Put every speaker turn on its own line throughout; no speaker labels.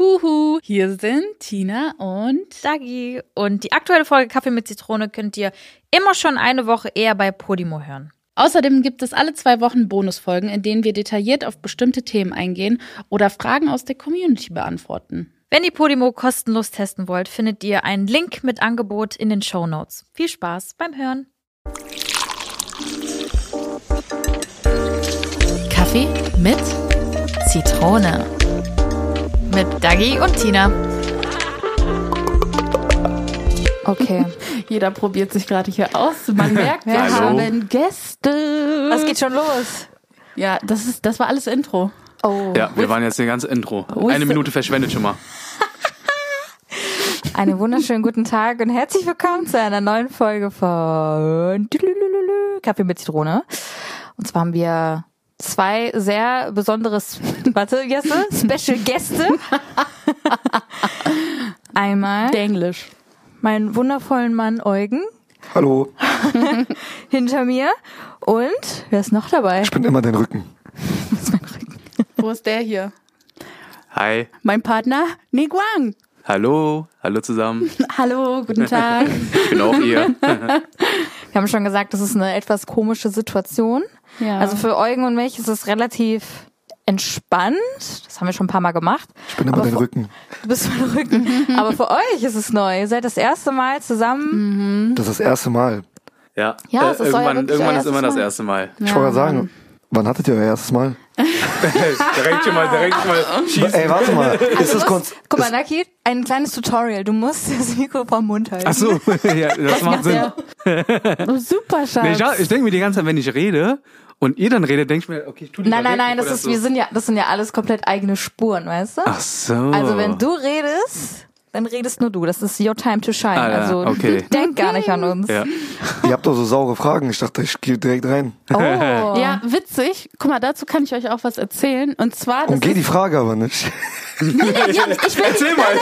Huhu, hier sind Tina und
Dagi. Und die aktuelle Folge Kaffee mit Zitrone könnt ihr immer schon eine Woche eher bei Podimo hören.
Außerdem gibt es alle zwei Wochen Bonusfolgen, in denen wir detailliert auf bestimmte Themen eingehen oder Fragen aus der Community beantworten.
Wenn ihr Podimo kostenlos testen wollt, findet ihr einen Link mit Angebot in den Show Notes. Viel Spaß beim Hören.
Kaffee mit Zitrone.
Mit Dagi und Tina.
Okay.
Jeder probiert sich gerade hier aus. Man merkt, wir
Hallo.
haben Gäste.
Was geht schon los?
Ja, das ist, das war alles Intro.
Oh,
Ja, wir waren jetzt den ganzen Intro.
ist
Eine
der-
Minute verschwendet schon mal.
Einen wunderschönen guten Tag und herzlich willkommen zu einer neuen Folge von Kaffee mit Zitrone. Und zwar haben wir zwei sehr besondere, S- warte, Gäste, Special Gäste. Einmal
Englisch.
meinen wundervollen Mann Eugen
Hallo,
hinter mir und wer ist noch dabei?
ich bin immer dein Rücken.
Wo ist der hier?
Hi,
Mein Partner Niguang.
hallo, hallo zusammen.
Hallo, guten Tag.
Ich bin auch ihr.
Wir haben schon gesagt, das ist eine etwas komische Situation.
Ja.
Also für Eugen und mich ist es relativ entspannt. Das haben wir schon ein paar Mal gemacht.
Ich bin immer
Aber
dein
für-
Rücken.
Du bist mein Rücken. Aber für euch ist es neu. Ihr seid das erste Mal zusammen.
Hm?
Das ist das erste Mal.
Ja, äh,
Ja, es ist euer
irgendwann,
wirklich
irgendwann
euer
ist immer das
erstes
erste Mal.
Ich wollte gerade sagen, wann hattet ihr euer erstes Mal?
direkt schon mal, direkt schon mal schießen.
Ey, warte mal. Ist
Also
das Konz
Guck mal, Naki, ein kleines Tutorial. Du musst das Mikro vom Mund halten.
Ach so, ja, das macht Sinn.
Super scharf.
Nee, ich ich denke mir die ganze Zeit, wenn ich rede und ihr dann redet, denke ich mir, okay, ich tu die
Nein,
mal
nein,
weg,
nein, das
bevor
ist, wir sind ja, das sind ja alles komplett eigene Spuren, weißt du?
Ach so.
Also wenn du redest, dann redest nur du. Das ist your time to shine.
Ah, ja,
also
okay.
denk gar nicht an uns.
Ja.
Ihr habt doch so saure Fragen. Ich dachte, ich gehe direkt rein.
Oh.
Ja, witzig. Guck mal, dazu kann ich euch auch was erzählen. Und zwar, das
Umgeh die Frage aber nicht.
Erzähl mal.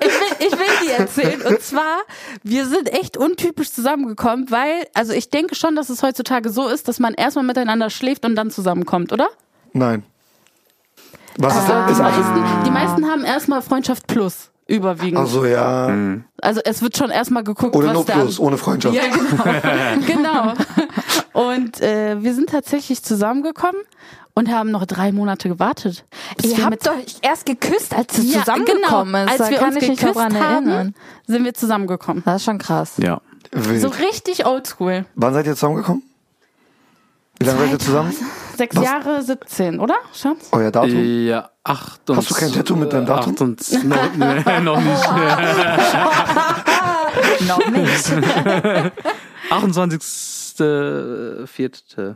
ich, will, ich will die erzählen. Und zwar, wir sind echt untypisch zusammengekommen, weil, also ich denke schon, dass es heutzutage so ist, dass man erstmal miteinander schläft und dann zusammenkommt, oder?
Nein. Was ist
Die,
das?
meisten, die meisten haben erstmal Freundschaft plus überwiegend. Also,
Also ja.
es wird schon erstmal geguckt,
Ohne
was
No
da
Plus, ohne Freundschaft.
Ja, genau. genau. Und äh, wir sind tatsächlich zusammengekommen und haben noch drei Monate gewartet. bis
Ihr
wir
habt euch erst geküsst, als ihr
Ja,
zusammengekommen
genau.
ist.
Als
da
wir
kann
uns
ich mich noch
geküsst
dran erinnern.
haben, sind wir zusammengekommen.
Das ist schon krass.
Ja.
Wild.
So richtig oldschool.
wann seid ihr zusammengekommen? Wie lange seid ihr zusammen?
Sechs Jahre 17, oder? Schatz?
Euer Datum?
Ja, acht und
Hast du kein Tattoo mit deinem Datum?
Acht und, nee, nee, noch nicht.
Noch nicht.
28.04.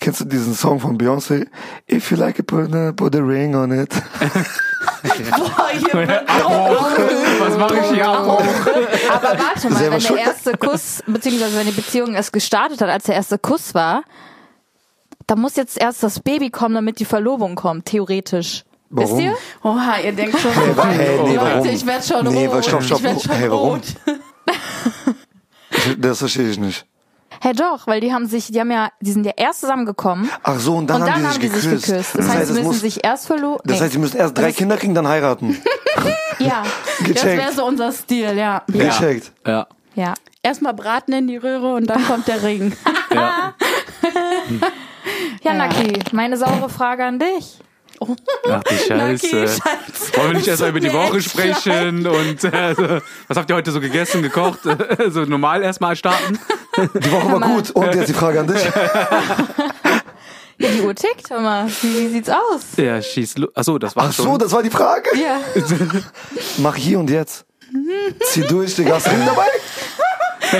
Kennst du diesen Song von Beyoncé? If you like it, put a, put a ring on it.
Was mache ich hier auch?
Aber warte mal,
Oh. Selber
wenn
schuld.
der erste Kuss, beziehungsweise wenn die Beziehung erst gestartet hat, als der erste Kuss war, da muss jetzt erst das Baby kommen, damit die Verlobung kommt, theoretisch.
Warum?
Wisst ihr?
Oha, ihr denkt schon. oh,
Hey, wa- hey, nee, warum?
Leute, ich werd schon
nee,
rot.
Stopp, stopp.
Ich werd schon
hey, warum?
rot.
Das verstehe ich nicht.
Hey doch, weil die haben sich, die haben ja, die sind ja erst zusammengekommen
Ach so, und dann,
und dann
haben die sich geküsst.
Das, heißt, sie
es
müssen
muss-
sich erst verloben.
Das heißt, sie müssen erst drei Kinder kriegen, dann heiraten.
ja,
Das wäre
Gecheckt.
so unser Stil, ja.
Gecheckt.
Ja.
ja.
Erstmal braten in die Röhre und dann kommt der Ring.
Ah.
ja.
Ja, Naki, meine saure Frage an dich.
Ach die Scheiße. Wollen wir nicht erst mal über die Woche sprechen und äh, so, was habt ihr heute so gegessen, gekocht? so normal erstmal starten?
Die Woche war gut. Und jetzt die Frage an dich.
Ja, die Uhr tickt immer. Wie, wie sieht's aus?
Ja, schieß los. Achso, das
Ach
war's
so,
schon.
das war die Frage.
Ja.
Mach hier und jetzt. Zieh durch, Digga. Hast du Ring dabei?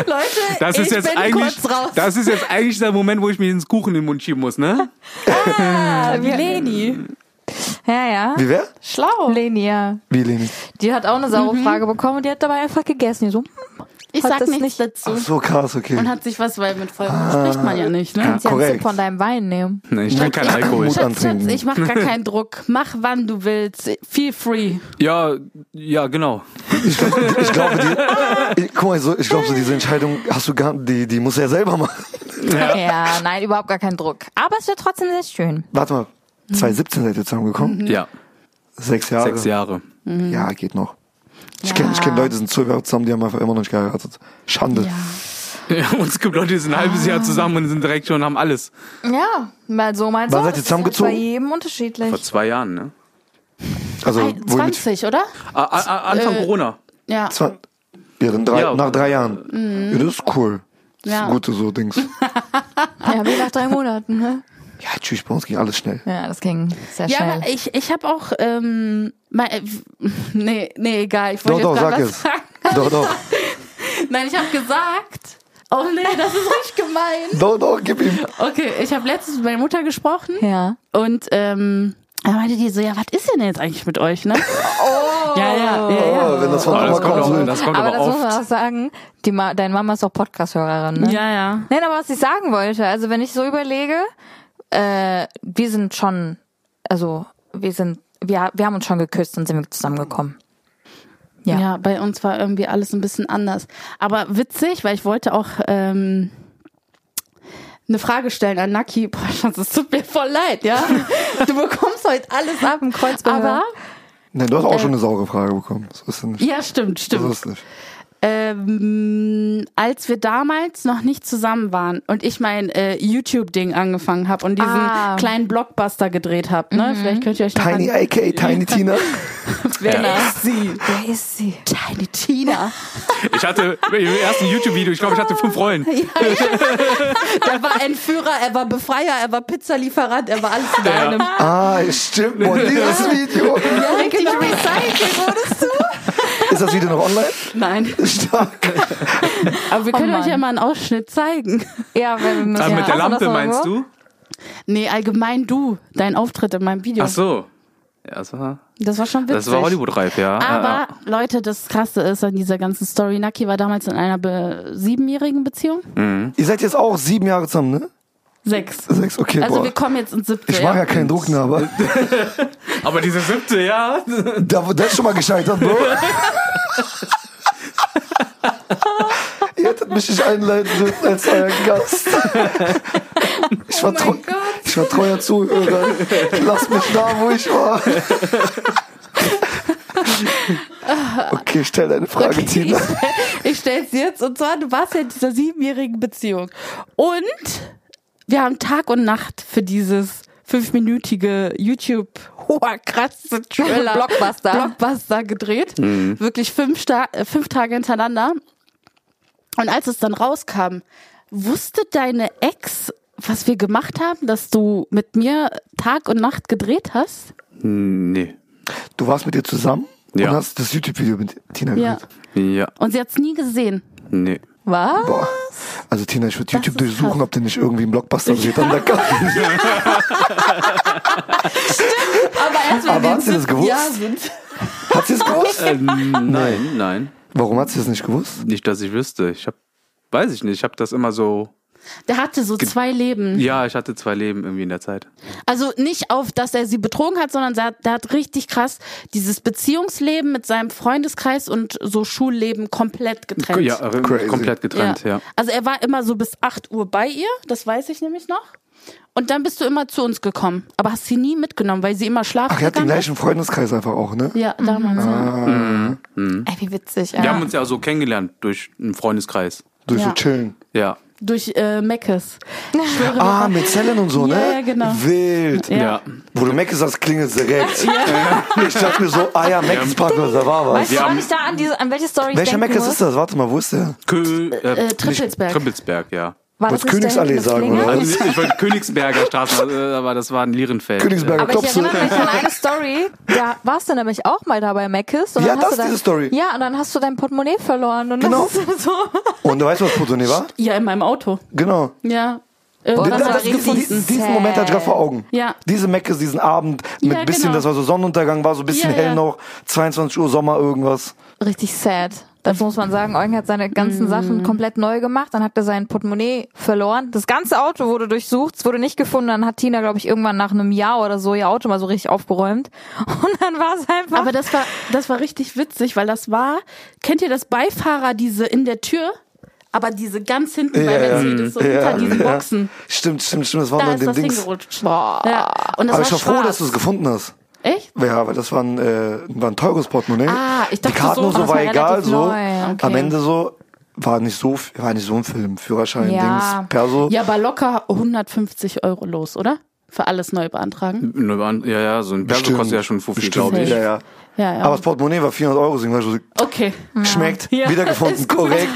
Leute,
Das ist
ich
jetzt
bin
eigentlich,
kurz raus.
das ist jetzt eigentlich der Moment, wo ich mir ins Kuchen in den Mund schieben muss, ne?
wie Leni. Ja, ja.
Wie wer?
Schlau.
Leni, ja.
Wie Leni.
Die hat auch eine saure Frage bekommen und die hat dabei einfach gegessen. Die so, hm,
Ich
Hat
sag
das
nichts
nicht-
dazu.
Ach so, Ah. krass, okay.
Und hat sich was, weil mit Vollmond spricht man ja nicht, ne?
kannst ja einen
korrekt.
Sip von deinem Wein nehmen.
Nein, ich trinke keinen
Ja.
Alkohol.
Mut
Schatz, Schatz,
antrinken.
ich mach gar keinen Druck. Mach wann du willst. Feel free.
Ja, ja, genau.
Ich glaube, die, ich, guck mal, so, ich glaube, so diese Entscheidung hast du gar, die, die muss er ja selber machen.
Ja. nein, überhaupt gar keinen Druck. Aber es wird trotzdem sehr schön.
Mhm.
Warte mal. 2017 seid ihr zusammengekommen.
Ja.
Sechs Jahre.
Sechs Jahre.
Mhm.
Ja, geht noch. Ich kenne ich kenn Leute, die sind zwölf Jahre zusammen, die haben einfach immer noch nicht geheiratet. Schande.
Ja, und es gibt Leute, die sind ein halbes Jahr zusammen und sind direkt schon, haben alles.
Ja, mal so, mal so.
Wann seid ihr
Das ist
zusammengezogen?
Bei jedem unterschiedlich.
Vor zwei Jahren, ne?
Also, wohl mit
20, oder?
A A ah, Anfang
Äh,
Corona.
Ja.
20. Ja, dann drei,
Ja.
nach drei Jahren. Ja, das ist cool. Das
Mhm. Ja.
sind gute so Dings.
Ja, wie nach drei Monaten, ne?
Ja, tschüss, bei uns ging alles schnell.
Ja, das ging sehr
Ja,
schnell.
aber ich, ich habe auch, ähm, mein, äh, nee, nee, egal. Ich
Doch,
wollte
doch,
jetzt grad
sag
was
es.
sagen.
Doch, doch.
Nein, ich habe gesagt. Oh nee, das ist nicht gemein.
Doch, doch, gib ihm.
Okay, ich habe letztens mit meiner Mutter gesprochen
ja.
und ähm, da meinte die so, ja, was ist denn jetzt eigentlich mit euch, ne? Oh! Ja, ja, ja, ja.
Oh, wenn das von
Aber das
Mama
kommt,
kommt.
auch,
so-
das kommt
aber
aber,
das muss man
oft.
auch sagen, die Ma deine Mama ist auch Podcast-Hörerin, ne?
Ja, ja.
Nein, aber was ich sagen wollte, also wenn ich so überlege, äh, wir sind schon, also wir sind, wir, wir haben uns schon geküsst und sind wir zusammengekommen. Ja.
Ja. bei uns war irgendwie alles ein bisschen anders. Aber witzig, weil ich wollte auch ähm, eine Frage stellen an Naki. Boah, Schatz, es tut mir voll leid, ja? Du bekommst heute alles ab.
Im Kreuzberg.
Aber,
Nein, du hast auch schon eine saure Frage bekommen. So ist es nicht.
ja, stimmt,
So
stimmt.
ist es nicht.
Ähm, als wir damals noch nicht zusammen waren und ich mein äh, YouTube-Ding angefangen habe und diesen
Ah.
kleinen Blockbuster gedreht habe, ne? Vielleicht könnt ihr euch noch
Tiny
an
AK, Tiny Tina.
wer ist sie?
Wer ist sie?
Tiny Tina.
Ich hatte im ersten YouTube-Video, ich glaube, ich hatte fünf Rollen.
Er war Entführer, er war Befreier, er war Pizzalieferant, er war alles in einem.
Ah, stimmt. Boah, dieses Video.
Ja, richtig recycelt wurdest du? Oh
Ist das Video noch online?
Nein.
Stark.
Aber wir
Oh
können euch
Mann.
ja mal einen Ausschnitt zeigen.
Ja, weil wir müssen.
Ah,
ja.
mit der
Hast das
Lampe
noch
meinst
irgendwo?
du?
Nee, allgemein du, dein Auftritt in meinem Video.
Ach so. Ja, das war,
Das war schon witzig.
das war Hollywood-reif, ja.
Aber Leute, das Krasse ist an dieser ganzen Story, Naki war damals in einer be siebenjährigen Beziehung.
Ihr seid jetzt auch sieben Jahre zusammen, ne?
Sechs.
Sechs, okay,
Also
boah.
wir kommen jetzt ins siebte.
ich mache ja
ja.
keinen Druck, ne, aber
aber diese siebte, ja.
da, das ist schon mal gescheitert, Bro. Ihr hättet mich nicht einleiten dürfen als euer Gast. Ich
Oh
war, treu, ich war treuer Zuhörer. Lass mich da, wo ich war. Okay, stell deine Frage,
Ich,
Tina.
ich stell's jetzt. Und zwar, du warst ja in dieser siebenjährigen Beziehung. Und wir haben Tag und Nacht für dieses fünfminütige YouTube hoher krasse Thriller
Blockbuster.
Blockbuster gedreht.
Mhm.
Wirklich fünf, Sta äh, fünf Tage hintereinander. Und als es dann rauskam, wusste deine Ex, was wir gemacht haben, dass du mit mir Tag und Nacht gedreht hast?
Nee.
Du warst mit ihr zusammen
Ja.
und hast das YouTube-Video mit Tina
Ja.
gemacht.
Ja,
Und sie hat's nie gesehen.
nee.
Was?
Boah. Also Tina, ich würde YouTube
ist krass.
durchsuchen, ob der nicht irgendwie einen Blockbuster dreht. an der Karte.
Aber erst wenn
Aber
Also wir
hat sie das
siebten
gewusst?
Jahr sind.
Hat sie es gewusst?
Ähm, nein, nein.
Warum hat sie es nicht gewusst?
Nicht, dass ich wüsste. Ich hab, weiß ich nicht, ich habe das immer so.
Der hatte so zwei Leben.
Ja, ich hatte zwei Leben irgendwie in der Zeit.
Also nicht auf, dass er sie betrogen hat, sondern er hat, der hat richtig krass dieses Beziehungsleben mit seinem Freundeskreis und so Schulleben komplett getrennt.
Ja, äh,
Crazy.
komplett getrennt, ja.
Also er war immer so bis 8 Uhr bei ihr, das weiß ich nämlich noch. Und dann bist du immer zu uns gekommen. Aber hast sie nie mitgenommen, weil sie immer schlafen
Ach, ihr habt den
gegangen
gleichen Freundeskreis einfach auch, ne?
ist? Ja, damals. ja.
Ey, wie witzig. Ja.
Wir haben uns ja so kennengelernt durch einen Freundeskreis.
Durch so
Ja.
chillen.
Ja.
Durch äh, Meckes. Ich schwöre,
Ah, mit Zellen und so,
Ja,
ne?
ja, genau.
Wild.
Ja.
Wo du Mac sagst, klingelt direkt. Ich dachte mir so, ah ja, Mac ist Partner, da war was.
Weißt du,
Wir
wann
haben-
ich da an, diese, an welche Story ich
Welcher
denken
Mac
muss?
ist das? Warte mal, wo ist der?
Kö äh,
äh, Trippelsberg.
Trippelsberg, ja.
War
Wollt's
das nicht der
Königsallee
mit
sagen,
Klinge?
oder?
Also ich, ich wollte Königsberger Straße, äh, aber das war in Lierenfeld.
Königsberger
Aber ich
Klopse.
erinnere mich an eine Story, da warst du nämlich auch mal da bei Mc's. und
Ja,
dann hast
das
du
ist diese Story.
Ja, und dann hast du dein Portemonnaie verloren. Und
Genau.
das ist so.
Und du weißt, was Portemonnaie war?
ja, in meinem Auto.
Genau.
Ja. Äh,
Boah,
das
das
war
war richtig
gefunden.
diesen, diesen Moment hatte ich gerade vor Augen.
Ja.
Diese Mac ist diesen Abend mit
Ja,
bisschen,
genau.
das war so Sonnenuntergang, war so ein bisschen
Ja,
hell
ja.
noch, 22 Uhr Sommer irgendwas.
Richtig sad. Das muss man sagen. Eugen hat seine ganzen
Mhm.
Sachen komplett neu gemacht. Dann hat er sein Portemonnaie verloren. Das ganze Auto wurde durchsucht. Es wurde nicht gefunden. Dann hat Tina, glaube ich, irgendwann nach einem Jahr oder so ihr Auto mal so richtig aufgeräumt. Und dann war es einfach.
Aber das war, das war richtig witzig, weil das war, kennt ihr das Beifahrer, diese in der Tür, aber diese ganz hinten bei
Ja, Mhm.
Mercedes, so
ja,
hinter diesen
ja.
Boxen.
Stimmt, stimmt, stimmt, das war
Da
nur in
ist
dem
das Ding
Dings.
gerutscht.
Boah.
Ja. Und das war
Aber ich war
schwarz.
froh, dass du es gefunden hast.
Echt?
Ja, weil das war ein, äh, war ein teures Portemonnaie.
Ah, ich dachte,
Die Karten
so
und so
was
war
war
egal,
relativ
so.
neu, okay.
Am Ende so, war nicht so, war nicht so ein Film. Führerschein,
Ja.
Dings, Perso.
Ja, aber locker 150 Euro los, oder? Für alles neu beantragen.
Nur an- Ja, ja, so ein Perso
Bestimmt.
kostet ja schon Fuffi,
Bestimmt,
glaube ich.
Ja, ja.
Ja, ja.
Aber das Portemonnaie war 400 Euro, deswegen war ich so,
okay.
schmeckt, wiedergefunden, korrekt.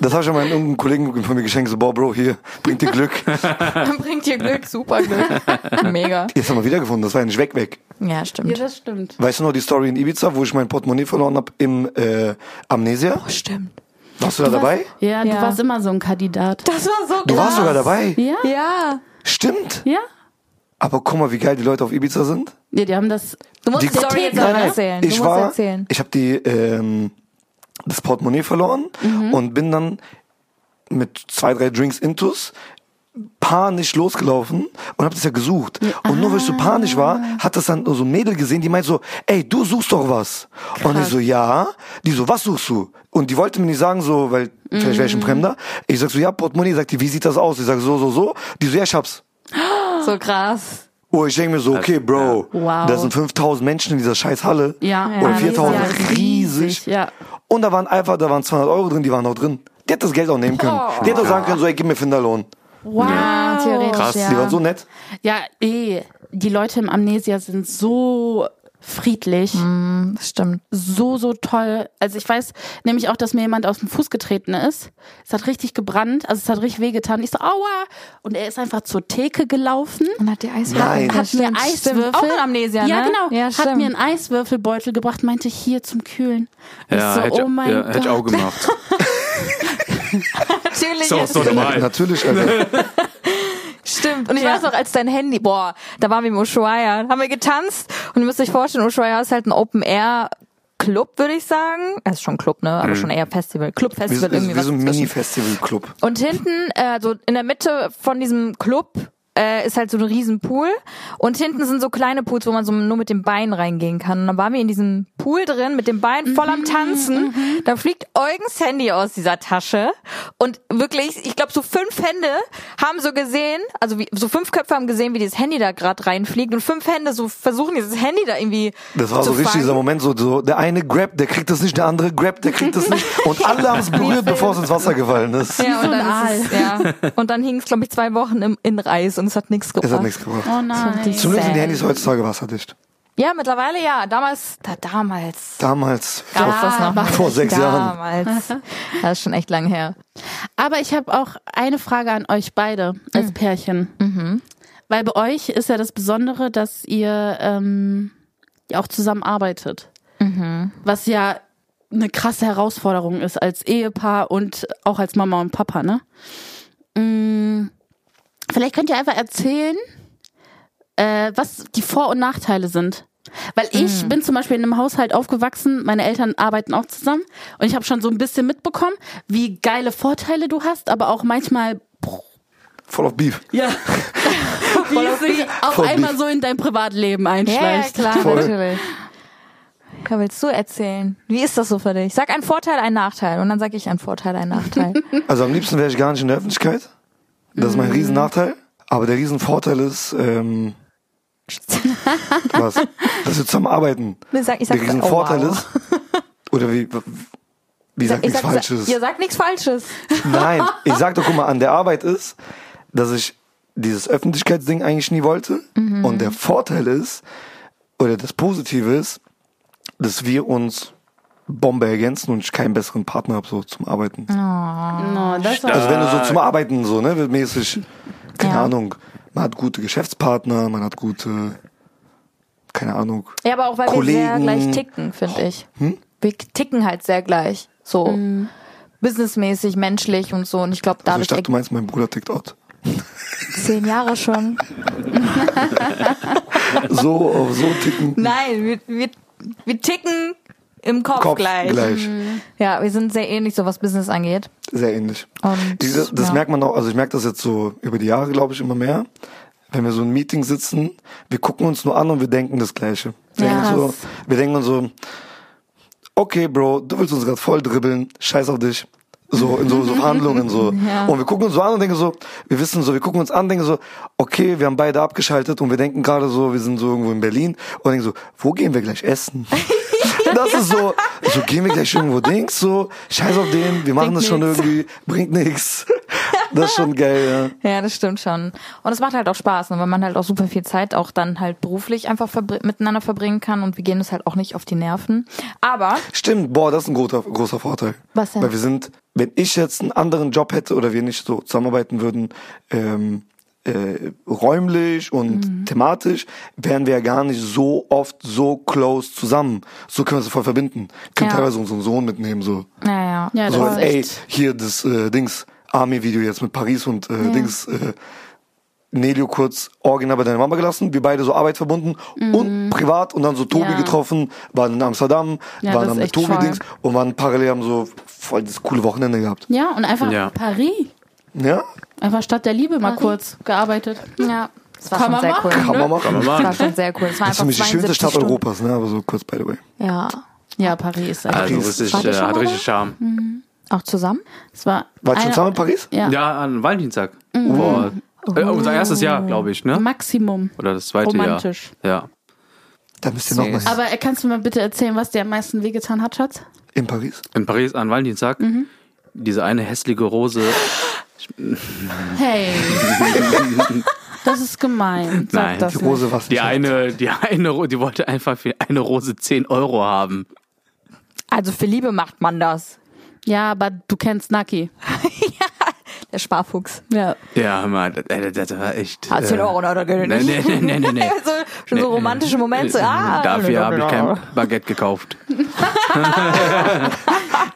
Das habe ich an meinen irgendeinen Kollegen von mir geschenkt, so, boah, Bro, hier, bringt dir Glück.
Dann bringt ihr Glück, super Glück. Mega.
Jetzt haben wir wiedergefunden, das war ja nicht weg, weg.
Ja,
Ja,
stimmt.
das stimmt.
Weißt du noch die Story in Ibiza, wo ich mein Portemonnaie verloren hab im äh, Amnesia?
Oh, Stimmt.
Warst du da dabei?
Ja, du
Ja.
warst immer so ein Kandidat.
Das war so
Du warst sogar dabei.
Ja?
Ja.
Stimmt.
Ja?
Aber guck mal, wie geil die Leute auf Ibiza sind.
Nee, die haben das.
Du musst die,
Die-
Story jetzt
Nein,
aber
nein,
erzählen.
Ich
du musst
war,
erzählen.
ich habe die ähm, das Portemonnaie verloren
Mhm.
und bin dann mit zwei, drei Drinks intus panisch losgelaufen und habe das ja gesucht. Und nur weil ich
Ah.
so panisch war, hat das dann so ein Mädel gesehen, die meint so, ey, du suchst doch was. Und ich so, ja. Die so, was suchst du? Und die wollte mir nicht sagen, so, weil vielleicht wäre ich
Mhm.
ein Fremder. Ich sag so, ja, Portemonnaie. Sagt die, wie sieht das aus? Ich sag so, so, so. Die so, ja, ich hab's.
So krass.
Oh, ich denke mir so, okay, Bro,
Wow.
da sind 5000 Menschen in dieser scheiß Halle.
Ja.
Oder
Ja,
4000,
das ist ja
riesig.
riesig, ja.
Und da waren einfach, da waren 200 Euro drin, die waren noch drin. Die hätte das Geld auch nehmen können.
Oh.
Die hätte auch sagen können, so, ey, gib mir Finderlohn.
Wow.
Ja, theoretisch.
Krass.
Ja.
Die waren so nett.
Ja, eh. Die Leute im Amnesia sind so friedlich,
Das stimmt.
so, so toll. Also ich weiß nämlich auch, dass mir jemand aus dem Fuß getreten ist. Es hat richtig gebrannt, also es hat richtig wehgetan. Ich so, aua! Und er ist einfach zur Theke gelaufen.
Und hat die Eis
Nein.
Hat mir Eiswürfel.
Auch in Amnesia,
Ja,
ne?
genau.
Ja,
hat
stimmt.
mir einen Eiswürfelbeutel gebracht, meinte hier zum Kühlen. Und
Ja,
ich
hätte,
so,
ich-
oh mein
ja,
Gott.
hätte ich auch gemacht.
Natürlich.
Ist auch so normal.
Natürlich, Alter.
Stimmt. Und ich
Ja.
weiß noch, als dein Handy, boah, da waren wir im Ushuaia, haben wir getanzt und ihr müsst euch vorstellen, Ushuaia ist halt ein Open Air Club, würde ich sagen. Also schon Club, ne? Aber schon eher Festival. Club
Mhm. Wir
Festival
sind, wir
irgendwie
sind wir
was.
sind ein
dazwischen.
Mini-Festival-Club.
und hinten, äh, so in der Mitte von diesem Club äh, ist halt so ein riesen Pool und hinten sind so kleine Pools, wo man so nur mit dem Bein reingehen kann. Und dann waren wir in diesem Pool drin mit dem Bein voll am Tanzen. Dann fliegt Eugens Handy aus dieser Tasche und wirklich, ich glaube so fünf Hände haben so gesehen, also wie, so fünf Köpfe haben gesehen, wie dieses Handy da gerade reinfliegt und fünf Hände so versuchen dieses Handy da irgendwie
Das war
zu
so richtig
fangen.
dieser Moment, so, so, der eine grabt, der kriegt das nicht, der andere grabt, der kriegt das nicht. Und alle haben es berührt, bevor es ins Wasser gefallen ist.
Ja,
so
und
ein
dann, ist es, ja. und dann hing es, glaube ich, zwei Wochen im, in Reis und es hat nichts gebracht.
Es hat nichts gebracht.
Oh nein.
Zum Glück sind die
sad.
Handys heutzutage wasserdicht.
Ja, mittlerweile ja. Damals, da, damals.
Damals,
Gab's das noch nicht.
vor sechs Jahren.
Damals. Das ist schon echt lang her.
Aber ich habe auch eine Frage an euch beide als Pärchen. Weil bei euch ist ja das Besondere, dass ihr ähm, ja auch zusammenarbeitet. Was ja eine krasse Herausforderung ist als Ehepaar und auch als Mama und Papa, ne? Mm, Vielleicht könnt ihr einfach erzählen, äh, was die Vor- und Nachteile sind. Weil
Mm.
ich bin zum Beispiel in einem Haushalt aufgewachsen, meine Eltern arbeiten auch zusammen und ich habe schon so ein bisschen mitbekommen, wie geile Vorteile du hast, aber auch manchmal
Voll auf Beef.
ja. wie es sich auf
Voll
einmal
Beef.
so in dein Privatleben einschleicht.
klar,
Voll.
natürlich. Ja, willst du erzählen? Wie ist das so für dich? Sag einen Vorteil, einen Nachteil. Und dann sag ich einen Vorteil, einen Nachteil.
Also am liebsten wäre ich gar nicht in der Öffentlichkeit. Das ist
Mhm.
mein Riesennachteil. Aber der Riesenvorteil ist, ähm, was? Dass wir zusammen arbeiten.
Ich sag, ich sag,
Der Riesenvorteil
oh, wow.
ist, oder wie, wie sagt
ich
nichts
sag,
Falsches?
Ihr sagt nichts Falsches.
Nein, ich sag doch, guck mal, an der Arbeit ist, dass ich dieses Öffentlichkeitsding eigentlich nie wollte. Und der Vorteil ist, oder das Positive ist, dass wir uns Bombe ergänzen und ich keinen besseren Partner habe so zum Arbeiten.
No, das war
Also wenn du so zum Arbeiten so, ne, mäßig, keine
Ja.
Ahnung, man hat gute Geschäftspartner, man hat gute, keine Ahnung. Also
Ja, aber auch weil wir sehr
Kollegen. Hm?
gleich ticken, finde ich. Wir ticken halt sehr gleich. So businessmäßig, menschlich und so. Und ich glaube,
Also ich
dadurch
dachte, du meinst, mein Bruder tickt out.
Zehn Jahre schon.
So, auf so ticken.
Nein, wir, wir, wir ticken im Kopf,
Kopf
gleich. Mhm.
gleich.
Ja, wir sind sehr ähnlich, so was Business angeht.
Sehr ähnlich.
Und,
Diese, das
ja.
merkt man auch, also ich merke das jetzt so über die Jahre, glaube ich, immer mehr. Wenn wir so ein Meeting sitzen, wir gucken uns nur an und wir denken das Gleiche. Wir,
Ja.
denken, so, wir denken uns so, okay, Bro, du willst uns gerade voll dribbeln, scheiß auf dich. So, in so, so Verhandlungen, so.
Ja.
Und wir gucken uns so an und denken so, wir wissen so, wir gucken uns an, denken so, okay, wir haben beide abgeschaltet und wir denken gerade so, wir sind so irgendwo in Berlin und denken so, wo gehen wir gleich essen? Das ist so, so gehen wir gleich irgendwo Dings, so, scheiß auf den, wir machen
Bringt
das schon
nix.
irgendwie, bringt nix. Das ist schon geil, ja.
Ja, das stimmt schon. Und es macht halt auch Spaß, ne, weil man halt auch super viel Zeit auch dann halt beruflich einfach verbr miteinander verbringen kann und wir gehen uns halt auch nicht auf die Nerven. Aber
Stimmt, boah, das ist ein großer, großer Vorteil.
Was denn?
Weil wir sind, wenn ich jetzt einen anderen Job hätte oder wir nicht so zusammenarbeiten würden, ähm, äh, räumlich und
Mhm.
thematisch, wären wir ja gar nicht so oft so close zusammen. So können wir es voll verbinden. Können
Ja.
teilweise unseren Sohn mitnehmen, so.
naja,
Ja,
so,
das ist
ey,
echt.
hier das äh, Dings, Army-Video jetzt mit Paris und äh, Dings, äh, Nelio kurz original bei deiner Mama gelassen, wir beide so Arbeit verbunden und privat und dann so Tobi
Mhm. Ja.
getroffen, waren in Amsterdam,
Ja, das
waren dann
ist
mit
echt
Tobi
voll.
Dings und waren parallel haben so voll das coole Wochenende gehabt.
Ja, und einfach
Ja.
Paris.
Ja?
Einfach Stadt der Liebe mal kurz gearbeitet.
ja, das war
Kann
schon
man
sehr
machen,
cool.
ne?
Kann man machen.
Kann man
Das war
machen.
schon sehr cool. Das war
Das ist für
einfach
mich die schönste
72
Stadt
Stunden.
Europas, ne? Aber so kurz, by the way.
Ja.
Ja, Paris ist echt.
Also
Paris.
richtig,
Wart ihr
äh,
schon
hat
mal
richtig Charme.
Auch zusammen?
Es war
Wart ihr schon
einer-
zusammen in Paris?
Ah, Ja.
Ja, an Valentinstag.
Mhm.
Vor, äh,
Oh.
unser erstes Jahr, glaube ich, ne?
Maximum.
Oder das zweite
Romantisch.
Jahr. Ja.
Da müsst ihr noch mal hin.
Aber äh, kannst du mir bitte erzählen, was dir am meisten wehgetan hat, Schatz?
In Paris?
In Paris an Valentinstag.
Mhm.
Diese eine hässliche Rose.
Hey. das ist gemein. Sag
Nein.
das
Die Rose
nicht.
was
Die eine, die eine, Ro- die wollte einfach für eine Rose 10 Euro haben.
Also für Liebe macht man das.
Ja, aber du kennst Naki.
Der Sparfuchs.
Ja.
Ja, Mann, das, äh, das war echt.
Ah, 10
äh,
Euro, oder? oder, oder
Nee,
nicht.
nee, nee, nee, nee. nee.
Also schon so
Nee,
romantische Momente.
nee,
Ah,
Dafür habe ich
genau.
kein Baguette gekauft.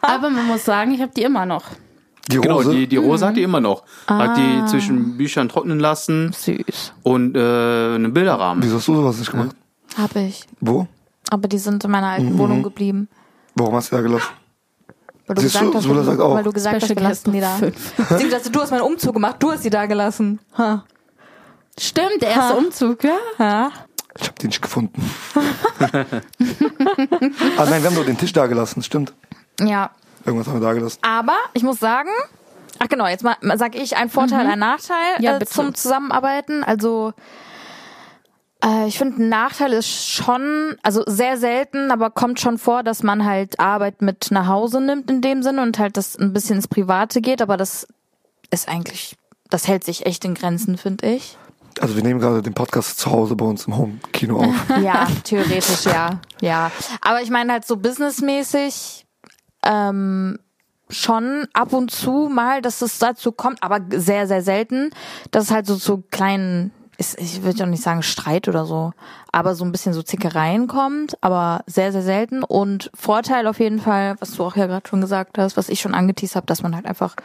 Aber man muss sagen, ich habe die immer noch.
Die
Genau,
Rose?
die, die Rose
Mhm.
hat die immer noch. Hat
Ah.
die zwischen Büchern trocknen lassen
Süß.
und äh, einen Bilderrahmen.
Wieso hast du sowas nicht gemacht?
Hab ich.
Wo?
Aber die sind in meiner alten Wohnung geblieben.
Warum hast du da gelassen?
Weil du
Siehst
gesagt
du,
hast,
Sula sagt auch.
weil du gesagt hast, wir
Special
lassen die da.
Guest fünf.
Beziehungsweise du hast meinen Umzug gemacht, du hast die da gelassen. Ha.
Stimmt, der erste
Ha.
Umzug, ja?
Ha.
Ich habe den nicht gefunden. ah nein, wir haben nur den Tisch da gelassen, stimmt.
Ja,
Irgendwas haben wir da gelassen.
aber ich muss sagen, ach genau, jetzt mal sage ich ein Vorteil, ein Nachteil
Mhm. Ja,
äh,
bitte.
zum Zusammenarbeiten. Also äh, ich finde, ein Nachteil ist schon, also sehr selten, aber kommt schon vor, dass man halt Arbeit mit nach Hause nimmt in dem Sinne und halt das ein bisschen ins Private geht, aber das ist eigentlich, das hält sich echt in Grenzen, finde ich.
Also wir nehmen gerade den Podcast zu Hause bei uns im Home-Kino auf.
Ja, theoretisch ja. Ja. Aber ich meine halt so businessmäßig ähm, schon ab und zu mal, dass es dazu kommt, aber sehr, sehr selten, dass es halt so zu kleinen, ist, ich würde ja nicht sagen Streit oder so, aber so ein bisschen so Zickereien kommt, aber sehr, sehr selten. Und Vorteil auf jeden Fall, was du auch ja gerade schon gesagt hast, was ich schon angeteased habe, dass man halt einfach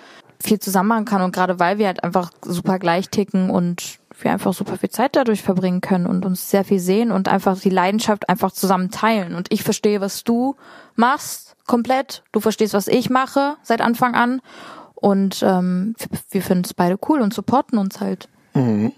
viel zusammen machen kann und gerade weil wir halt einfach super gleich ticken und wir einfach super viel Zeit dadurch verbringen können und uns sehr viel sehen und einfach die Leidenschaft einfach zusammen teilen. Und ich verstehe, was du machst, komplett. Du verstehst, was ich mache seit Anfang an. Und ähm, wir- wir finden es beide cool und supporten uns halt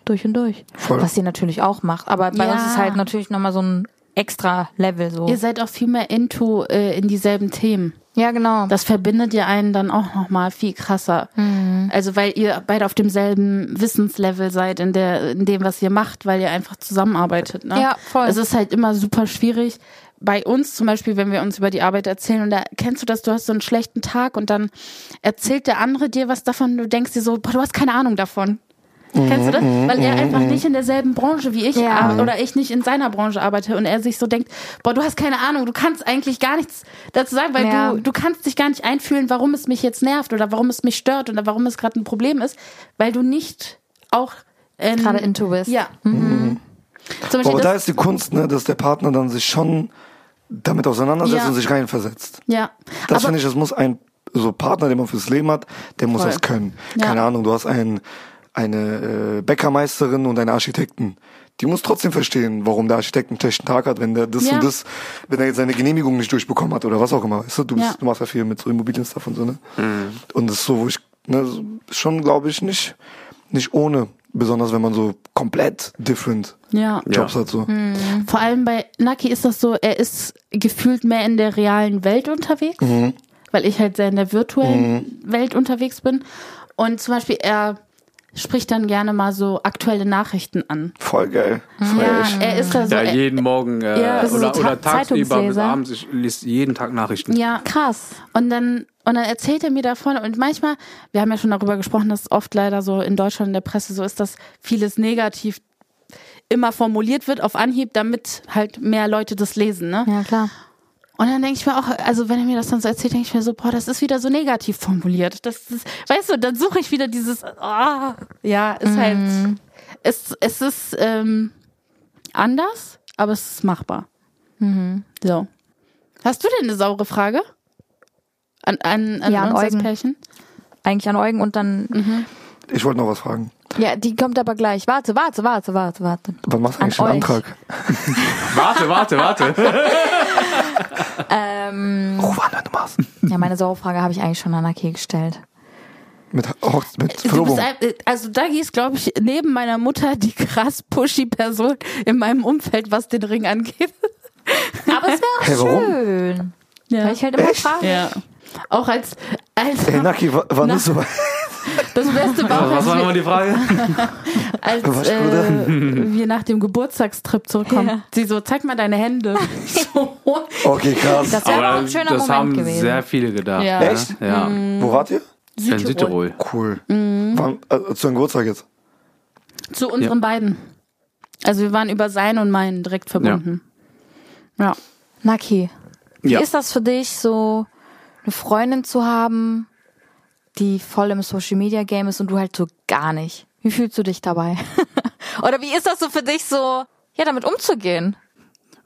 durch und durch.
Mhm. Voll.
Was sie natürlich auch macht. Aber bei
Ja.
uns ist halt natürlich nochmal so ein extra Level so.
Ihr seid auch viel mehr into äh, in dieselben Themen.
Ja, genau.
Das verbindet ja einen dann auch nochmal viel krasser.
Mhm.
Also weil ihr beide auf demselben Wissenslevel seid in der, in dem, was ihr macht, weil ihr einfach zusammenarbeitet. Ne?
Ja, voll.
Es ist halt immer super schwierig. Bei uns zum Beispiel, wenn wir uns über die Arbeit erzählen und da kennst du das, du hast so einen schlechten Tag und dann erzählt der andere dir was davon, du denkst dir so, boah, du hast keine Ahnung davon.
Mhm,
Kennst du das? Weil er einfach nicht in derselben Branche wie ich
Ja.
ar- oder ich nicht in seiner Branche arbeite und er sich so denkt, boah, du hast keine Ahnung, du kannst eigentlich gar nichts dazu sagen, weil
Ja.
du, du kannst dich gar nicht einfühlen, warum es mich jetzt nervt oder warum es mich stört oder warum es gerade ein Problem ist, weil du nicht auch ähm,
Gerade into Mhm. bist.
Ja. Mhm. Zum Beispiel
Aber da
das,
ist die Kunst, ne, dass der Partner dann sich schon damit auseinandersetzt
Ja.
und sich reinversetzt.
ja.
Das
aber,
finde ich, das muss ein so Partner, den man fürs Leben hat, der muss
Voll.
das können.
Ja.
Keine Ahnung, du hast einen, eine äh, Bäckermeisterin und einen Architekten. Die muss trotzdem verstehen, warum der Architekt einen schlechten Tag hat, wenn der das
Ja.
und das, wenn er jetzt seine Genehmigung nicht durchbekommen hat oder was auch immer. Weißt du, du, bist,
Ja.
du machst ja viel mit so Immobilienstuff und so, ne? Und das ist so, wo ich, ne, so- schon glaube ich nicht, nicht ohne, besonders wenn man so komplett different
ja.
Jobs hat, so.
Vor allem bei Naki ist das so, er ist gefühlt mehr in der realen Welt unterwegs. weil ich halt sehr in der virtuellen Welt unterwegs bin. Und zum Beispiel, er spricht dann gerne mal so aktuelle Nachrichten an.
Voll geil.
Ah.
Voll
Ja,
echt.
er ist da so.
Ja,
er,
jeden Morgen äh,
Ja, das
ist
oder,
so
oder
Ta-
tagsüber bis
Zeitungsleser.
abends. Ich lese jeden Tag Nachrichten.
ja.
Krass.
Und dann, und dann erzählt er mir davon und manchmal, wir haben ja schon darüber gesprochen, dass es oft leider so in Deutschland in der Presse so ist, dass vieles negativ immer formuliert wird auf Anhieb, damit halt mehr Leute das lesen, ne?
Ja, klar.
Und dann denke ich mir auch, also wenn er mir das dann so erzählt, denke ich mir so, boah, das ist wieder so negativ formuliert. Das ist, weißt du, dann suche ich wieder dieses, ah, ja,
Mhm.
ist halt, es, es ist ähm, anders, aber es ist machbar.
Mhm.
So. Hast du denn eine saure Frage? An, an, an,
Ja, an
uns als
Eugen.
Pärchen?
Eigentlich an Eugen und dann.
Ich wollte noch was fragen.
Mhm. Ja, die kommt aber gleich. Warte, warte, warte, warte, warte.
Wann machst du
An
eigentlich den
euch.
Antrag?
Warte, warte, warte.
Ähm,
Mhm.
Ruf an, wenn du machst.
Ja, meine Sauerfrage habe ich eigentlich schon an Aki gestellt.
Mit, Hochz- mit
Du bist
Verlobung.
ein, also Dagi ist, glaube ich, neben meiner Mutter die krass pushy Person in meinem Umfeld, was den Ring angeht.
Aber es wäre
Hey, warum?
schön.
Ja.
Weil ich halt immer frage.
ja. Auch als, als
Ey, Naki, wa- wann
Na.
ist so
Das Beste war,
Was war nochmal die Frage?
als,
Was,
als
Bruder?
äh, wir nach dem Geburtstagstrip zurückkommen. Sie so, zeig mal deine Hände. so.
Okay, krass.
Das wäre aber auch ein schöner
das
Moment
haben
gewesen.
sehr viele gedacht.
Ja.
ne?
Echt?
Ja.
Mhm.
Wo wart ihr?
In Südtirol.
Cool. Wann, äh, zu deinem Geburtstag jetzt?
Zu unseren beiden. Also wir waren über sein und meinen direkt verbunden. Ja.
Naki, wie
Ja.
ist das für dich, so eine Freundin zu haben, die voll im Social Media Game ist und du halt so gar nicht? Wie fühlst du dich dabei? Oder wie ist das so für dich, so ja damit umzugehen?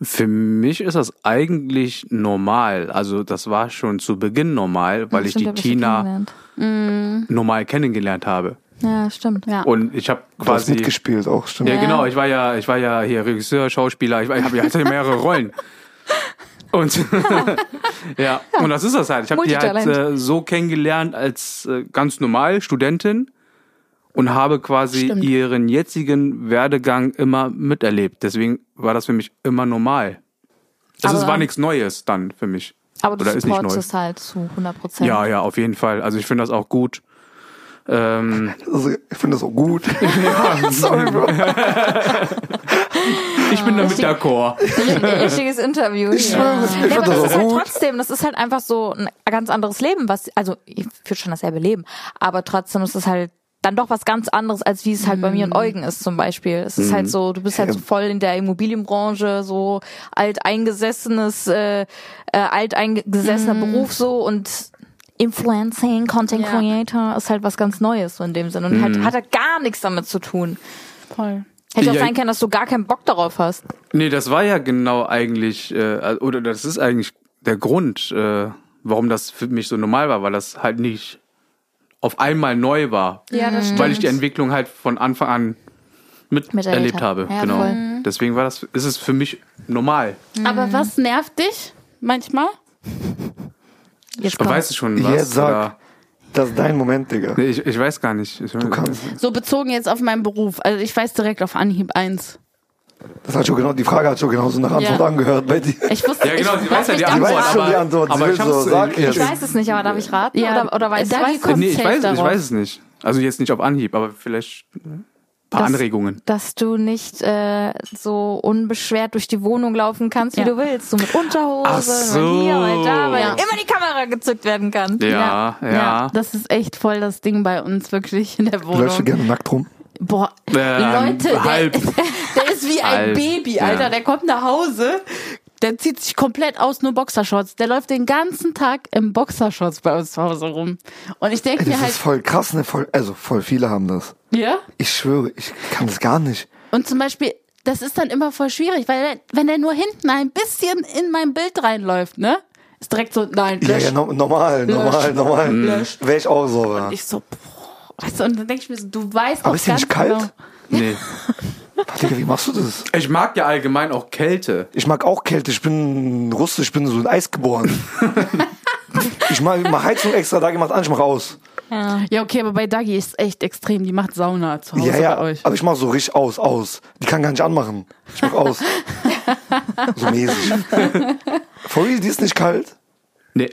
Für mich ist das eigentlich normal. Also das war schon zu Beginn normal, weil ich
Stimmt,
die
hab
Tina
kennengelernt.
normal kennengelernt habe.
Ja, stimmt.
Ja.
Und ich habe
Du hast
quasi
mitgespielt auch, stimmt.
Ja, genau. Ich war ja, ich war ja hier Regisseur, Schauspieler. Ich, war, ich hab- ich hatte mehrere Rollen. Und ja. und das ist das halt. Ich habe die halt
Multitalent.
äh, so kennengelernt als äh, ganz normal Studentin und habe quasi
Stimmt.
ihren jetzigen Werdegang immer miterlebt. Deswegen war das für mich immer normal. Das ist,
Aber-
war nichts Neues dann für mich.
Aber du
Oder ist nicht neu.
supportest halt zu 100 Prozent.
Ja, ja, auf jeden Fall. Also ich finde das auch gut. Ähm,
Also, ich finde das auch gut. Sorry, Bro.
ich
Ah.
bin damit d'accord.
Richtiges Interview.
Ich schwöre, ich
Ja,
finde
aber
das
das
auch
ist halt
gut.
trotzdem, das ist halt einfach so ein ganz anderes Leben, was, also ich führe schon dasselbe Leben, aber trotzdem ist es halt dann doch was ganz anderes, als wie es halt bei mir
Mhm.
und Eugen ist zum Beispiel. Es ist halt so, du bist halt so voll in der Immobilienbranche, so alteingesessenes, äh, äh, alteingesessener
Mhm.
Beruf so und Influencing, Content
Ja.
Creator ist halt was ganz Neues so in dem Sinne und
Mhm.
halt, hat halt gar nichts damit zu tun.
Voll.
Hätte auch
Ja.
sein können, dass du gar keinen Bock darauf hast.
Nee, das war ja genau eigentlich, äh, oder das ist eigentlich der Grund, äh, warum das für mich so normal war, weil das halt nicht auf einmal neu war.
Ja, das
Weil ich die Entwicklung halt von Anfang an
Miterlebt
miterlebt
hab.
habe.
Ja,
genau.
voll.
Deswegen war das, ist es für mich normal.
Aber was nervt dich manchmal?
Jetzt
Ich
kommt's.
weiß schon was.
Jetzt sag. Das ist dein Moment, Digga.
Oder, nee, ich, ich weiß gar nicht. Ich, du
kannst.
So bezogen jetzt auf meinen Beruf. Also ich weiß direkt auf Anhieb eins.
Das hat schon genau, die Frage hat schon genauso nach Antwort
Ja.
angehört bei dir.
Ich wusste,
Ja, genau,
ich,
sie weiß ja die
ich
Du
Antwort.
weißt schon
aber-
die Antwort,
aber
sie
ich
will
hab's
so, sag
in-
jetzt.
Ich weiß es nicht, aber darf ich raten?
Ja.
Oder, oder weißt du
Dann
weißt
kommt-
Nee, ich
safe
weiß, es- ich
darauf.
weiß es nicht. Also jetzt nicht auf Anhieb, aber vielleicht ein paar
Das-
Anregungen.
dass du nicht äh, so unbeschwert durch die Wohnung laufen kannst, wie
Ja.
du willst. So mit Unterhose,
Ach so.
mal hier, mal da, weil
Ja.
immer die Kamera gezückt werden kann.
Ja, ja.
Das ist echt voll das Ding bei uns, wirklich in der
Du läufst
Wohnung.
schon gerne nackt rum.
Boah,
Ähm,
Leute, der,
halb.
der ist wie ein
Halb,
Baby,
ja.
Alter. Der kommt nach Hause, der zieht sich komplett aus, nur Boxershorts. Der läuft den ganzen Tag im Boxershorts bei uns zu Hause rum. Und ich denke
Ey,
mir
das
halt,
ist voll krass, ne? Voll, also voll viele haben das.
ja?
Ich schwöre, ich kann das gar nicht.
Und zum Beispiel, das ist dann immer voll schwierig, weil wenn der nur hinten ein bisschen in mein Bild reinläuft, ne? Ist direkt so, nein,
Ja,
lösch.
ja, no, normal, normal, normal.
Mhm.
Wäre ich auch so, ja.
Ich so, boah. Weißt du, und dann denke ich mir so, du weißt
Aber
doch
ist dir nicht
ganz
kalt?
genau-
Nee.
Digga, wie machst du das?
Ich mag ja allgemein auch Kälte.
Ich mag auch Kälte, ich bin Russe, ich bin so in Eis geboren. ich mach, mach Heizung extra da gemacht an, ich mach aus.
Ja, okay, aber bei Dagi ist echt extrem. Die macht Sauna zu Hause
ja, ja, Also,
bei euch.
aber ich mach so richtig aus, aus. Die kann gar nicht anmachen. Ich mach aus. so mäßig. For real, die ist nicht kalt?
Nee.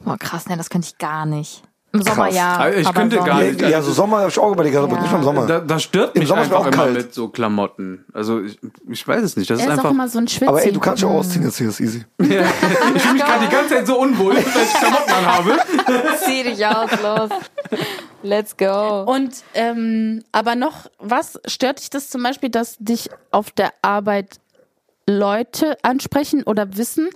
Boah, krass, ne, das könnte ich gar nicht. Im Sommer
Krass.
ja.
Aber Also ich
aber
könnte gar
Ja,
nicht.
ja, so Sommer habe ich auch überlegt, aber
Ja.
nicht beim Sommer.
Da, das stört
Im
mich
Sommer ist mir
einfach
auch
immer
kalt.
mit so Klamotten. Also ich, ich weiß es nicht. Das
Er
ist
ist
einfach.
auch immer so ein Schwitzi.
aber ey, du kannst ja auch ausziehen jetzt hier, ist easy.
Ich fühle mich gerade die ganze Zeit so unwohl, weil ich Klamotten anhabe.
Zieh dich aus, los. Let's go.
Und ähm, aber noch was stört dich das zum Beispiel, dass dich auf der Arbeit Leute ansprechen oder wissen,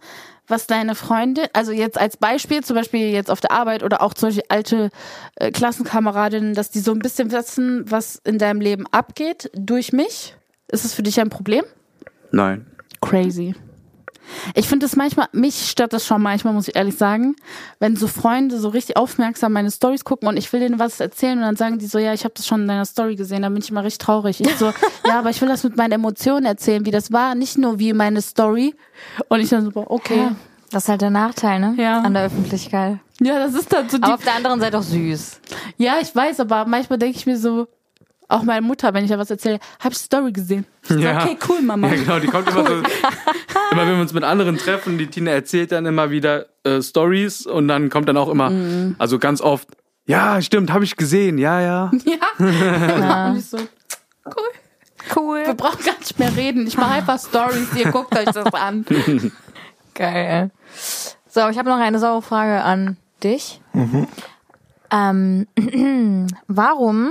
was deine Freunde, also jetzt als Beispiel, zum Beispiel jetzt auf der Arbeit oder auch zum Beispiel alte äh, Klassenkameradinnen, dass die so ein bisschen wissen, was in deinem Leben abgeht durch mich? Ist es für dich ein Problem?
Nein.
Crazy. Ich finde es manchmal, mich stört das schon manchmal, muss ich ehrlich sagen, wenn so Freunde so richtig aufmerksam meine Stories gucken und ich will denen was erzählen und dann sagen die so, ja, ich habe das schon in deiner Story gesehen, dann bin ich immer richtig traurig. Ich so, ja, aber ich will das mit meinen Emotionen erzählen, wie das war, nicht nur wie meine Story. Und ich dann so, boah, okay.
Das ist halt der Nachteil, ne?
Ja.
An der Öffentlichkeit.
Ja, das ist dann so die,
Aber auf der anderen Seite auch süß.
ja, ich weiß, aber manchmal denke ich mir so, auch meine Mutter, wenn ich da was erzähle, habe ich Story gesehen. Ich so,
Ja.
Okay, cool, Mama.
Ja, genau, die kommt immer so. Immer wenn wir uns mit anderen treffen, die Tina erzählt dann immer wieder äh, Stories und dann kommt dann auch immer, also ganz oft, ja, stimmt, habe ich gesehen, ja, ja.
Ja. Und ich so, wir
Cool.
brauchen gar nicht mehr reden. Ich mache einfach Stories, ihr guckt euch das an.
Geil. So, ich habe noch eine saure Frage an dich. Ähm, warum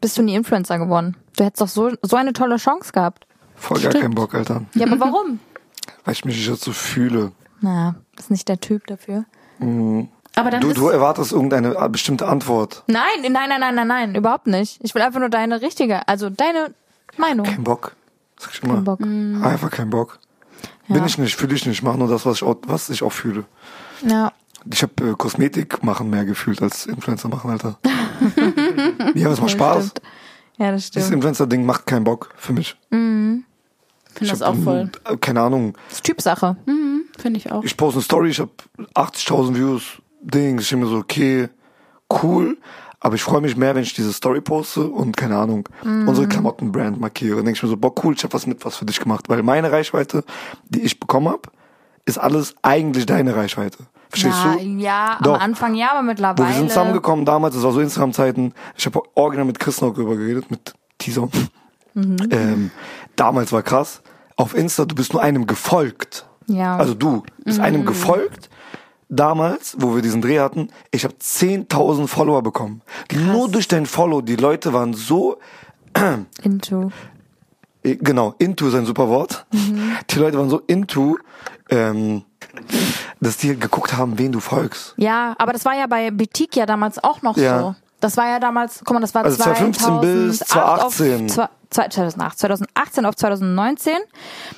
bist du nie Influencer geworden? Du hättest doch so, so eine tolle Chance gehabt.
Voll gar keinen Bock, Alter.
Ja, aber warum?
Weil ich mich nicht dazu fühle.
Na, bist nicht der Typ dafür.
Aber dann
Du,
ist
du erwartest irgendeine äh, bestimmte Antwort.
Nein, nein, nein, nein, nein, nein, überhaupt nicht. Ich will einfach nur deine richtige, also deine Meinung.
Kein Bock. Sag ich immer.
Bock.
Ah, Einfach kein Bock. Bin ich nicht, fühle ich nicht. Mach nur das, was ich auch, was ich auch fühle.
Ja.
Ich habe äh, Kosmetik machen mehr gefühlt als Influencer machen, Alter. ja, aber es macht Spaß.
Stimmt. Ja, das
Dieses
stimmt.
Influencer-Ding macht keinen Bock für mich.
finde das
hab,
auch voll.
äh, Keine Ahnung.
Das ist Typsache.
Finde ich auch.
Ich poste eine Story, ich habe 80.000 Views, Dings. Ich denke mir so, okay, cool. Aber ich freue mich mehr, wenn ich diese Story poste und keine Ahnung, unsere Klamottenbrand markiere. Dann denke ich mir so, boah, cool, ich habe was mit was für dich gemacht. Weil meine Reichweite, die ich bekommen hab, ist alles eigentlich deine Reichweite. Verstehst
Ja,
du?
ja am
Doch.
Anfang ja, aber
Wo
mittlerweile.
wir sind zusammengekommen damals, das war so Instagram-Zeiten. Ich habe original mit Chris noch drüber geredet, mit Tison. Ähm, damals war krass. Auf Insta, du bist nur einem gefolgt.
Ja.
Also du bist einem gefolgt. Damals, wo wir diesen Dreh hatten, ich habe 10.000 Follower bekommen. Nur durch dein Follow. Die Leute waren so
Into.
äh, genau, into ist ein super Wort. Die Leute waren so into, ähm, dass die geguckt haben, wen du folgst.
Ja, aber das war ja bei Boutique ja damals auch noch
Ja.
so. Das war ja damals, guck mal, das war
Also 2015 bis
2008 auf
2018.
zwei- zwei- 2008, 2018 auf 2019.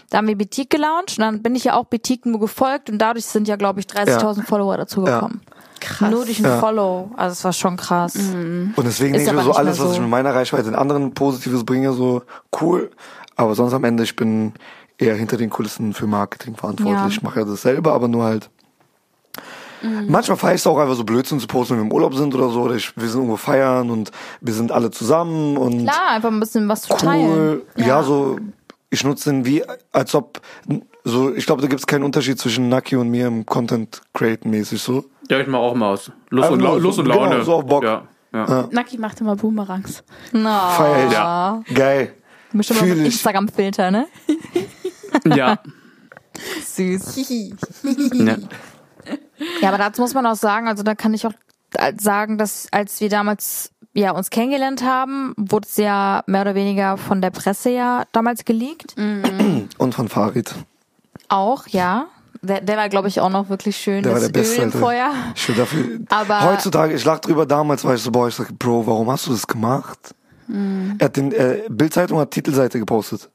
Da haben wir Boutique gelauncht und dann bin ich ja auch Boutique nur gefolgt und dadurch sind ja, glaube ich, 30.000 Follower dazugekommen. Krass. Mhm. Nur durch ein
Ja.
Follow. Also es war schon krass.
Und deswegen
Ist
denke ich mir
aber
so,
nicht
alles,
mehr
was
so.
ich mit meiner Reichweite den anderen Positives bringe, so cool. Aber sonst am Ende, ich bin eher hinter den Kulissen für Marketing verantwortlich.
Ja. Mhm.
Ich mache ja dasselbe, aber nur halt. Manchmal feiere ich es auch einfach so Blödsinn zu posten, wenn wir im Urlaub sind oder so. Oder ich, wir sind irgendwo feiern und wir sind alle zusammen und
Klar, einfach ein bisschen was zu teilen.
cool. Ja, so, ich nutze den wie, als ob, so, ich glaube, da gibt es keinen Unterschied zwischen Naki und mir im Content Createn mäßig so.
Ja, ich mache auch mal aus. Lust,
Einfach
und,
nur
Lau-
so-
Lust und
genau,
Laune.
so auf Bock.
Ja, ja.
Naki macht immer Boomerangs.
Na,
Feier ich.
Ja.
Geil.
bestimmt auch
Fühl
mit
ich.
Instagram-Filter, ne?
ja.
Süß.
ja.
Ja, aber dazu muss man auch sagen, also da kann ich auch sagen, dass als wir damals ja uns kennengelernt haben, wurde es ja mehr oder weniger von der Presse ja damals geleakt.
Und von Farid.
Auch, ja. Der, der war, glaube ich, auch noch wirklich schön.
Der war
das
der Beste.
Öl im
Alter.
Feuer.
Ich will dafür.
Aber-
heutzutage, ich lach drüber, damals war ich so, boah, ich sag, Bro, warum hast du das gemacht?
Hm.
Er hat den, äh, Bildzeitung hat Titelseite gepostet.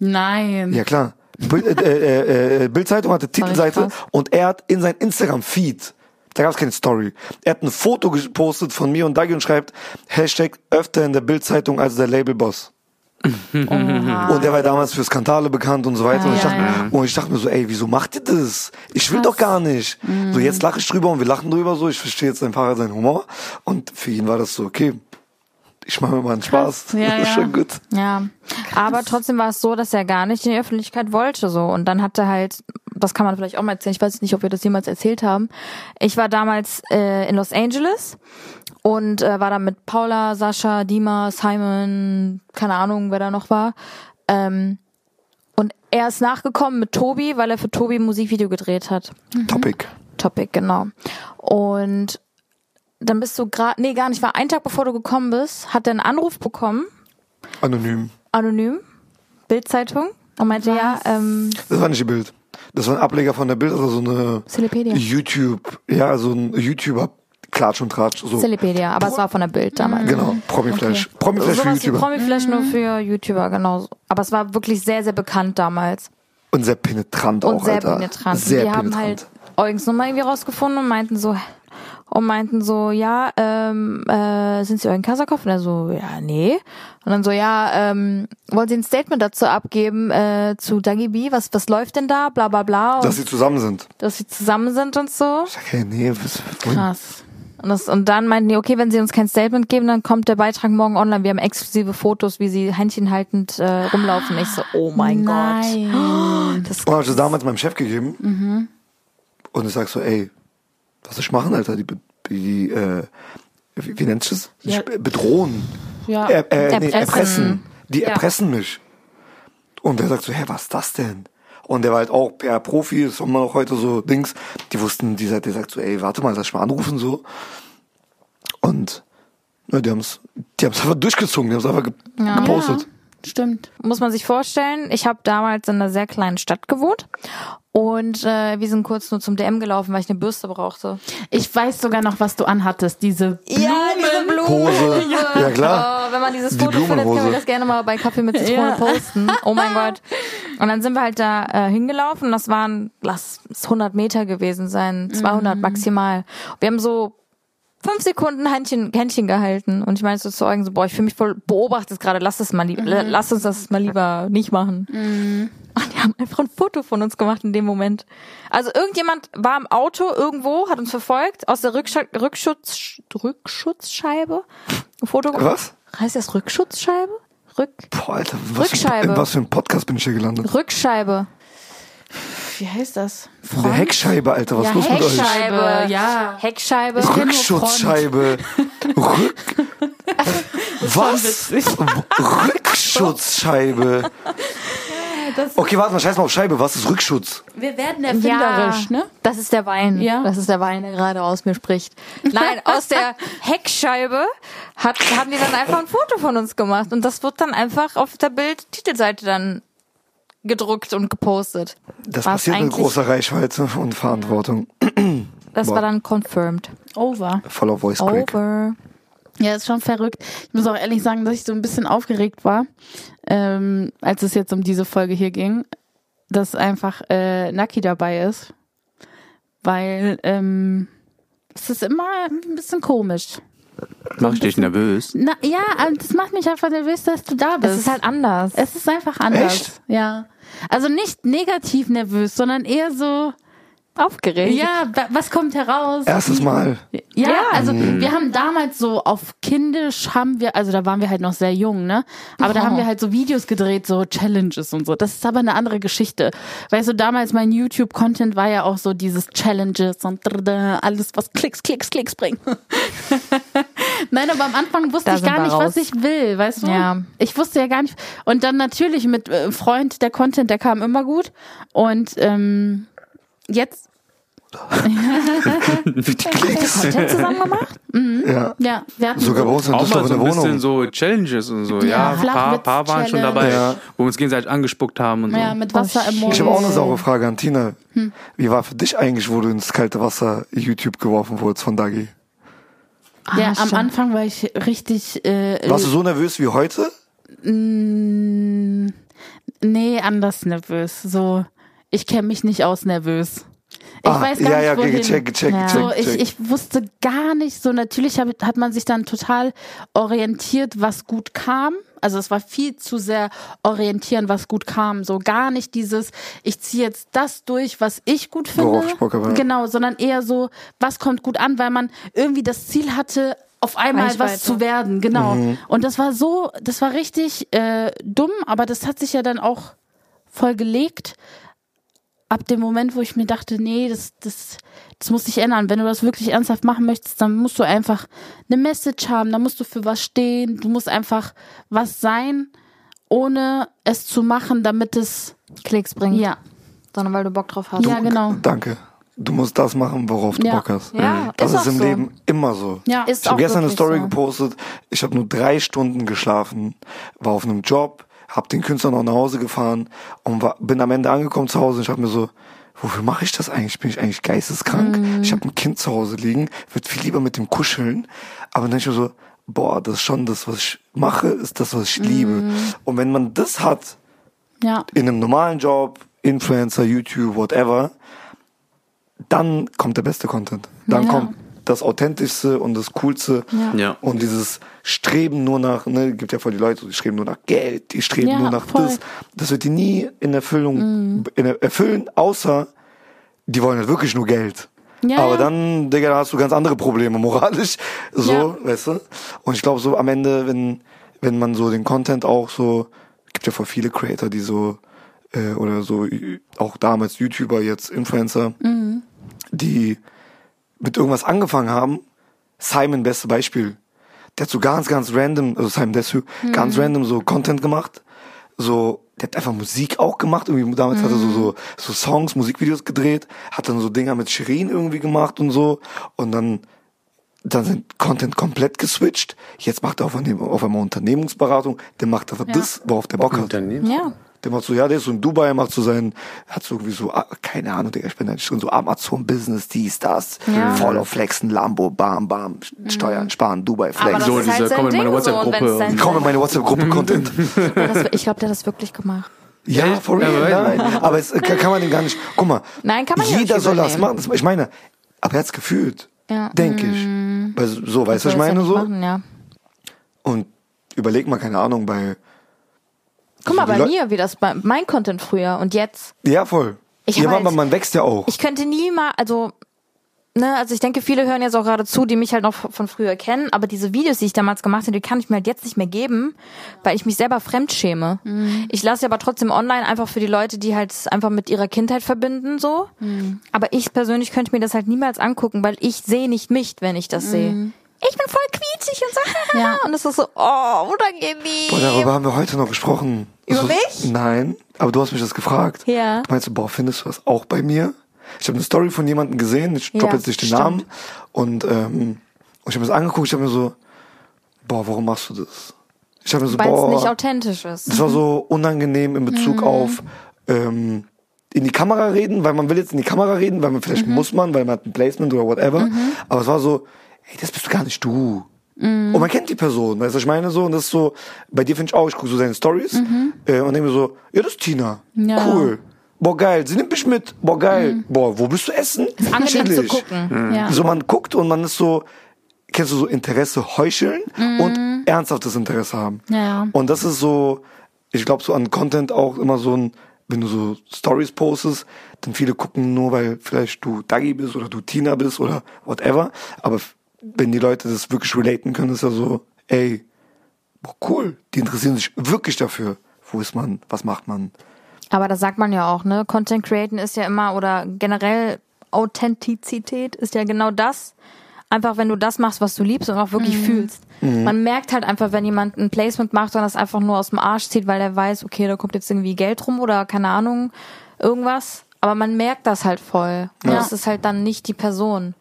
Nein.
Ja, klar. Bild, äh, äh, äh, Bildzeitung hatte Titelseite
krass.
und er hat in sein Instagram-Feed, da gab es keine Story, er hat ein Foto gepostet von mir und Dagi und schreibt, Hashtag öfter in der Bildzeitung als der Labelboss. Und er war damals für Skandale bekannt und so weiter. und, ich
Ja,
dachte, und ich dachte mir so, ey, wieso macht ihr das? Ich will doch gar nicht.
Mhm.
So, jetzt lache ich drüber und wir lachen drüber so. Ich verstehe jetzt sein Fahrer seinen Humor. Und für ihn war das so, okay, ich mache mir mal einen Spaß.
Ja, ja.
Schon gut.
Ja. Aber trotzdem war es so, dass er gar nicht in die Öffentlichkeit wollte, so. Und dann hat er halt das kann man vielleicht auch mal erzählen. Ich weiß nicht, ob wir das jemals erzählt haben. Ich war damals äh, in Los Angeles und äh, war da mit Paula, Sascha, Dima, Simon, keine Ahnung, wer da noch war. Ähm, und er ist nachgekommen mit Tobi, weil er für Tobi ein Musikvideo gedreht hat.
Topic.
Topic, genau. Und dann bist du gerade, nee, gar nicht, war ein Tag bevor du gekommen bist, hat er einen Anruf bekommen,
Anonym.
anonym, Bildzeitung, und meinte, ja, ähm,
Das war nicht die Bild. Das war ein Ableger von der Bild, also so eine
Celepedia.
YouTube, ja, so ein YouTuber Klatsch und Tratsch. So.
Celepedia, aber es war von der Bild damals. Mhm.
Genau, Promiflash. Promiflash für
Sowas wie
YouTuber.
Promiflash nur für YouTuber, genau. Aber es war wirklich sehr, sehr bekannt damals.
und sehr penetrant
Und
auch,
sehr
Alter.
penetrant.
Sehr
die
penetrant.
haben halt Eugens Nummer irgendwie rausgefunden und meinten so, und meinten so, ja, ähm, äh, sind Sie Eugen Kasakow? Und er so, ja, nee. Und dann so, ja, ähm, wollen Sie ein Statement dazu abgeben, äh, zu Dagi B? Was, was läuft denn da? Bla, bla, bla. Und
dass sie zusammen sind.
dass sie zusammen sind und so.
Ich sag, hey, nee, was,
Krass.
Und, das, und dann meinten die, okay, wenn sie uns kein Statement geben, dann kommt der Beitrag morgen online. Wir haben exklusive Fotos, wie sie Händchen haltend äh, rumlaufen. Ich so, oh mein
Nein.
Gott. Das,
Und habe ich das damals meinem Chef gegeben.
Mhm.
Und ich sag so, ey, was soll ich machen, Alter? Die, be- die äh, wie, wie nennt sich das?
Ja.
Nicht be- Bedrohen.
Ja.
Er, äh, nee,
Ah, Erpressen.
erpressen. Die
Ja.
erpressen mich. Und der sagt so, hä, was ist das denn? Und der war halt auch per Profi, ist immer noch heute so Dings. Die wussten, die sagt, der sagt so, ey, warte mal, lass ich mal anrufen so. Und ne, die haben's, die haben's einfach durchgezogen, die haben's einfach ge gepostet.
Ja, stimmt.
muss man sich vorstellen, ich habe damals in einer sehr kleinen Stadt gewohnt. Und äh, wir sind kurz nur zum DM gelaufen, weil ich eine Bürste brauchte.
Ich weiß sogar noch, was du anhattest. Diese Blumen.
Hose. Ja, klar.
Oh, wenn man dieses
Die
Foto findet, können wir
Blumenhose.
das gerne mal bei Kaffee mit Zitrone
Ja.
posten. Oh mein Gott. Und dann sind wir halt da äh, hingelaufen. Das waren, lass es 100 Meter gewesen sein, 200 maximal. Wir haben so fünf Sekunden Händchen, Händchen gehalten. Und ich meinte so zu Eugen so, boah, ich fühle mich voll beobachtet gerade. Lass das mal lieb, lass uns das mal lieber nicht machen. Und die haben einfach ein Foto von uns gemacht in dem Moment. Also irgendjemand war im Auto irgendwo, hat uns verfolgt, aus der Rückscha Rückschutz Rückschutzscheibe ein Foto gemacht.
Was?
Heißt das Rückschutzscheibe? Rück
Boah, Alter, was für,
Rückscheibe.
ein- in was für ein Podcast bin ich hier gelandet?
Rückscheibe.
Wie heißt das?
Eine Heckscheibe, Alter, was
Ja,
ist los mit euch?
Heckscheibe. Scheibe, ja.
Heckscheibe.
kenn nur
Rückschutzscheibe. Rück. Was? Rückschutzscheibe. Okay, warte mal, scheiß mal auf Scheibe. Was ist Rückschutz?
Wir werden
Ja, das ist der Wein.
Ja.
Das ist der Wein, der gerade aus mir spricht. Nein, aus der Heckscheibe hat, haben die dann einfach ein Foto von uns gemacht. Und das wird dann einfach auf der Bild-Titelseite dann gedruckt und gepostet.
Das
Was
passiert mit
eigentlich-
großer Reichweite und Verantwortung.
Das
Boah.
war dann confirmed.
Over.
Voller Voice Crack.
Over.
Ja, ist schon verrückt. Ich muss auch ehrlich sagen, dass ich so ein bisschen aufgeregt war, ähm, als es jetzt um diese Folge hier ging, dass einfach äh, Naki dabei ist. Weil ähm, es ist immer ein bisschen komisch.
Mach ich dich nervös?
Na ja, aber das macht mich einfach nervös, dass du da bist.
Es ist halt anders.
Es ist einfach anders.
Echt?
Ja. Also nicht negativ nervös, sondern eher so,
aufgeregt.
ja, wa- was kommt heraus?
Erstes Mal.
Ja,
Ja.
also
Mhm.
wir haben damals so auf kindisch haben wir, also da waren wir halt noch sehr jung, ne? Aber da haben wir halt so Videos gedreht, so Challenges und so. Das ist aber eine andere Geschichte. Weißt du, damals mein YouTube-Content war ja auch so dieses Challenges und drrrr, alles, was Klicks, Klicks, Klicks bringt. Nein, aber am Anfang wusste
Da
ich
sind
gar
wir
nicht,
raus.
was ich will, weißt du?
Ja.
Ich wusste ja gar nicht. Und dann natürlich mit äh, Freund, der Content, der kam immer gut. Und ähm, jetzt,
Habt ihr Content zusammen gemacht?
Ja.
ja, wir hatten
Sogar bei
so,
uns in
Auch mal
Düsseldorf
so
in
ein
der
bisschen
Wohnung.
so Challenges und so. Ja,
Ja.
paar, paar waren schon dabei,
Ja.
wo wir uns gegenseitig angespuckt haben und so.
ja,
Oh,
mit Wasser im Mund.
Ich habe auch eine saure Frage an Tina.
Hm.
Wie war für dich eigentlich, wo du ins kalte Wasser YouTube geworfen wurdest von Dagi? Ah,
Ja, am
stimmt.
Anfang war ich richtig. Äh,
Warst du so nervös wie heute?
nee, anders nervös. So, ich kenne mich nicht aus nervös. Ich weiß gar
Ah, ja,
nicht,
ja, okay,
wohin.
gecheckt, gecheckt,
Ja.
gecheckt.
So, ich,
gecheckt.
ich wusste gar nicht, so natürlich hab, hat man sich dann total orientiert, was gut kam. Also es war viel zu sehr orientieren, was gut kam. So gar nicht dieses, ich ziehe jetzt das durch, was ich gut finde.
Worauf ich Bock habe, ja.
Genau, sondern eher so, was kommt gut an, weil man irgendwie das Ziel hatte, auf einmal
Reichweite.
was zu werden. Genau. Und das war so, das war richtig äh, dumm, aber das hat sich ja dann auch voll gelegt. ab dem Moment, wo ich mir dachte, nee, das, das, das muss sich ändern. Wenn du das wirklich ernsthaft machen möchtest, dann musst du einfach eine Message haben, dann musst du für was stehen, du musst einfach was sein, ohne es zu machen, damit es,
Klicks bringt.
ja,
Sondern weil du Bock drauf hast.
ja, genau.
Danke. Du musst das machen, worauf du
Ja.
Bock hast.
Ja,
das
ist
ist,
auch
im
so.
Leben immer so.
Ja.
Ist
ich habe
auch
gestern eine
wirklich
Story
so.
gepostet. Ich habe nur drei Stunden geschlafen, war auf einem Job, habe den Künstler noch nach Hause gefahren und war, bin am Ende angekommen zu Hause. Und ich habe mir so, wofür mache ich das eigentlich? Bin ich eigentlich geisteskrank?
Mhm.
Ich habe ein Kind zu Hause liegen, würde viel lieber mit dem kuscheln. Aber dann denk ich mir so, boah, das ist schon das, was ich mache, ist das, was ich liebe.
Mhm.
Und wenn man das hat,
Ja,
in einem normalen Job, Influencer, YouTube, whatever, dann kommt der beste Content. Dann
Ja.
kommt das Authentischste und das Coolste.
Ja.
Und dieses Streben nur nach, ne, gibt ja voll die Leute, die streben nur nach Geld, die streben
Ja,
nur nach
voll. Mhm.
das. Das wird die nie in Erfüllung in, erfüllen, außer die wollen halt wirklich nur Geld.
Ja,
Aber
ja.
dann, Digga, da hast du ganz andere Probleme moralisch. So,
Ja.
weißt du? Und ich glaube, so am Ende, wenn, wenn man so den Content auch so, gibt ja voll viele Creator, die so, äh, oder so, äh, auch damals YouTuber, jetzt Influencer, die mit irgendwas angefangen haben. Simon, beste Beispiel. Der hat so ganz, ganz random, also Simon Desu, ganz random so Content gemacht. So, der hat einfach Musik auch gemacht. Irgendwie damals hat er
Mhm.
so, so, so Songs, Musikvideos gedreht, hat dann so Dinger mit Shirin irgendwie gemacht und so. Und dann dann sind Content komplett geswitcht. Jetzt macht er auf einmal, auf einmal Unternehmensberatung. Der macht einfach das, worauf der Bock hat.
Unternehmen.
Ja.
Der macht so, ja, der ist so in Dubai, macht so seinen, hat so irgendwie so, ah, keine Ahnung, Digga, ich bin da nicht drin, so Amazon-Business, dies, das, voll auf Flexen, Lambo, bam, bam, Steuern, sparen, Dubai,
Mhm. Aber
Flex.
das
So,
ist halt
diese,
sein
komm in meine
Ding so,
WhatsApp-Gruppe.
wenn's sein-
Komm in meine WhatsApp-Gruppe, Content.
Ja, das, ich glaube, der hat das wirklich gemacht.
ja, for real,
Ja,
nein. Aber es, kann, kann man den gar nicht, guck mal.
Nein, kann man ja
Jeder
nicht
soll das
übernehmen.
machen. Ich meine, aber er hat's gefühlt.
Ja.
Denke ich. Weil so, weißt du, was ich
Soll Also, das ja
meine,
nicht
so.
Machen, ja.
Und überleg mal, keine Ahnung, bei,
Guck mal
die
bei
Leu-
mir, wie das bei mein Content früher und jetzt.
ja, voll.
Ich
ja,
hab
aber
halt-
man wächst ja auch.
Ich könnte nie mal, also, ne, also ich denke, viele hören jetzt auch gerade zu, die mich halt noch von früher kennen, aber diese Videos, die ich damals gemacht habe, die kann ich mir halt jetzt nicht mehr geben, weil ich mich selber fremd schäme. Ich lasse sie aber trotzdem online einfach für die Leute, die halt es einfach mit ihrer Kindheit verbinden, so. Aber ich persönlich könnte mir das halt niemals angucken, weil ich sehe nicht mich, wenn ich das sehe. Ich bin voll quietschig und so,
Ja.
und es ist so, oh, unangenehm.
Boah, darüber haben wir heute noch gesprochen.
Über
So-
mich?
Nein, aber du hast mich das gefragt.
Ja.
Du meinst du, boah, findest du das auch bei mir? Ich habe eine Story von jemandem gesehen, ich
Ja,
droppe jetzt nicht den
stimmt.
Namen. Und, ähm, und ich habe mir das angeguckt, ich habe mir so, boah, warum machst du das? Ich habe mir so,
weil es
boah,
nicht authentisch ist.
das war so unangenehm in Bezug auf ähm, in die Kamera reden, weil man will jetzt in die Kamera reden, weil man vielleicht muss man, weil man hat ein Placement oder whatever. Aber es war so, hey, das bist du gar nicht du. Und man kennt die Person, weißt du, was ich meine so, und das ist so, bei dir finde ich auch, ich gucke so seine Stories äh, und denke mir so, ja, das ist Tina.
Ja.
Cool. Boah, geil, sie nimmt mich mit. Boah, geil. Boah, wo bist du essen?
angenehm zu
Chillig.
gucken.
ja.
So, man guckt und man ist so, kennst du so Interesse heucheln und ernsthaftes Interesse haben.
Ja.
Und das ist so, ich glaube, so an Content auch immer so ein, wenn du so Stories postest, dann viele gucken nur, weil vielleicht du Dagi bist oder du Tina bist oder whatever. Aber f- wenn die Leute das wirklich relaten können, ist ja so, ey, boah, cool, die interessieren sich wirklich dafür. Wo ist man? Was macht man?
Aber das sagt man ja auch, ne? Content createn ist ja immer oder generell Authentizität ist ja genau das. Einfach wenn du das machst, was du liebst und auch wirklich
Mhm.
fühlst. Man merkt halt einfach, wenn jemand ein Placement macht und das einfach nur aus dem Arsch zieht, weil er weiß, okay, da kommt jetzt irgendwie Geld rum oder keine Ahnung, irgendwas. Aber man merkt das halt voll. Und das ist halt dann nicht die Person.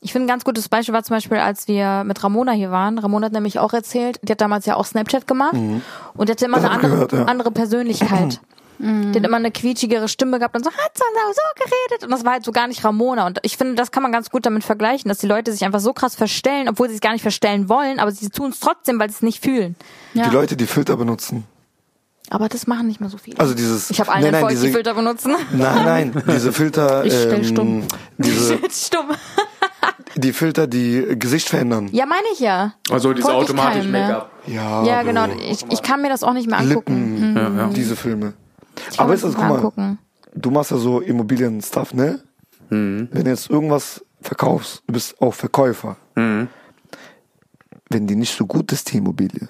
Ich finde, ein ganz gutes Beispiel war zum Beispiel, als wir mit Ramona hier waren. Ramona hat nämlich auch erzählt, die hat damals ja auch Snapchat gemacht und die hatte immer eine
Mhm. hab ich
andere,
gehört, ja.
andere Persönlichkeit. Die hat immer eine quietschigere Stimme gehabt und so, hat so, so geredet. Und das war halt so gar nicht Ramona. Und ich finde, das kann man ganz gut damit vergleichen, dass die Leute sich einfach so krass verstellen, obwohl sie es gar nicht verstellen wollen, aber sie tun es trotzdem, weil sie es nicht fühlen.
Ja.
Die Leute, die Filter benutzen.
Aber das machen nicht mehr so viele.
Also dieses-
Ich habe allen
nein, nein,
Erfolg, die
diese-
Filter benutzen.
Nein, nein, diese Filter,
Ich stell
ähm,
stumm.
diese,
Stumm.
die Filter, die äh, Gesicht verändern.
Ja, meine ich ja. ne?
Also diese
Wollte ich keinen
ne?
automatische
mehr.
Make-up.
Ja,
Ja, genau.
Bro.
Ich, ich kann mir das auch nicht mehr angucken.
Ah,
Mhm.
Lippen, diese Filme. Aber
mir
ist das,
das
guck
mal
mal,
angucken.
du machst ja so Immobilien-Stuff, ne? Wenn du jetzt irgendwas verkaufst, du bist auch Verkäufer. Wenn die nicht so gut ist, die Immobilie,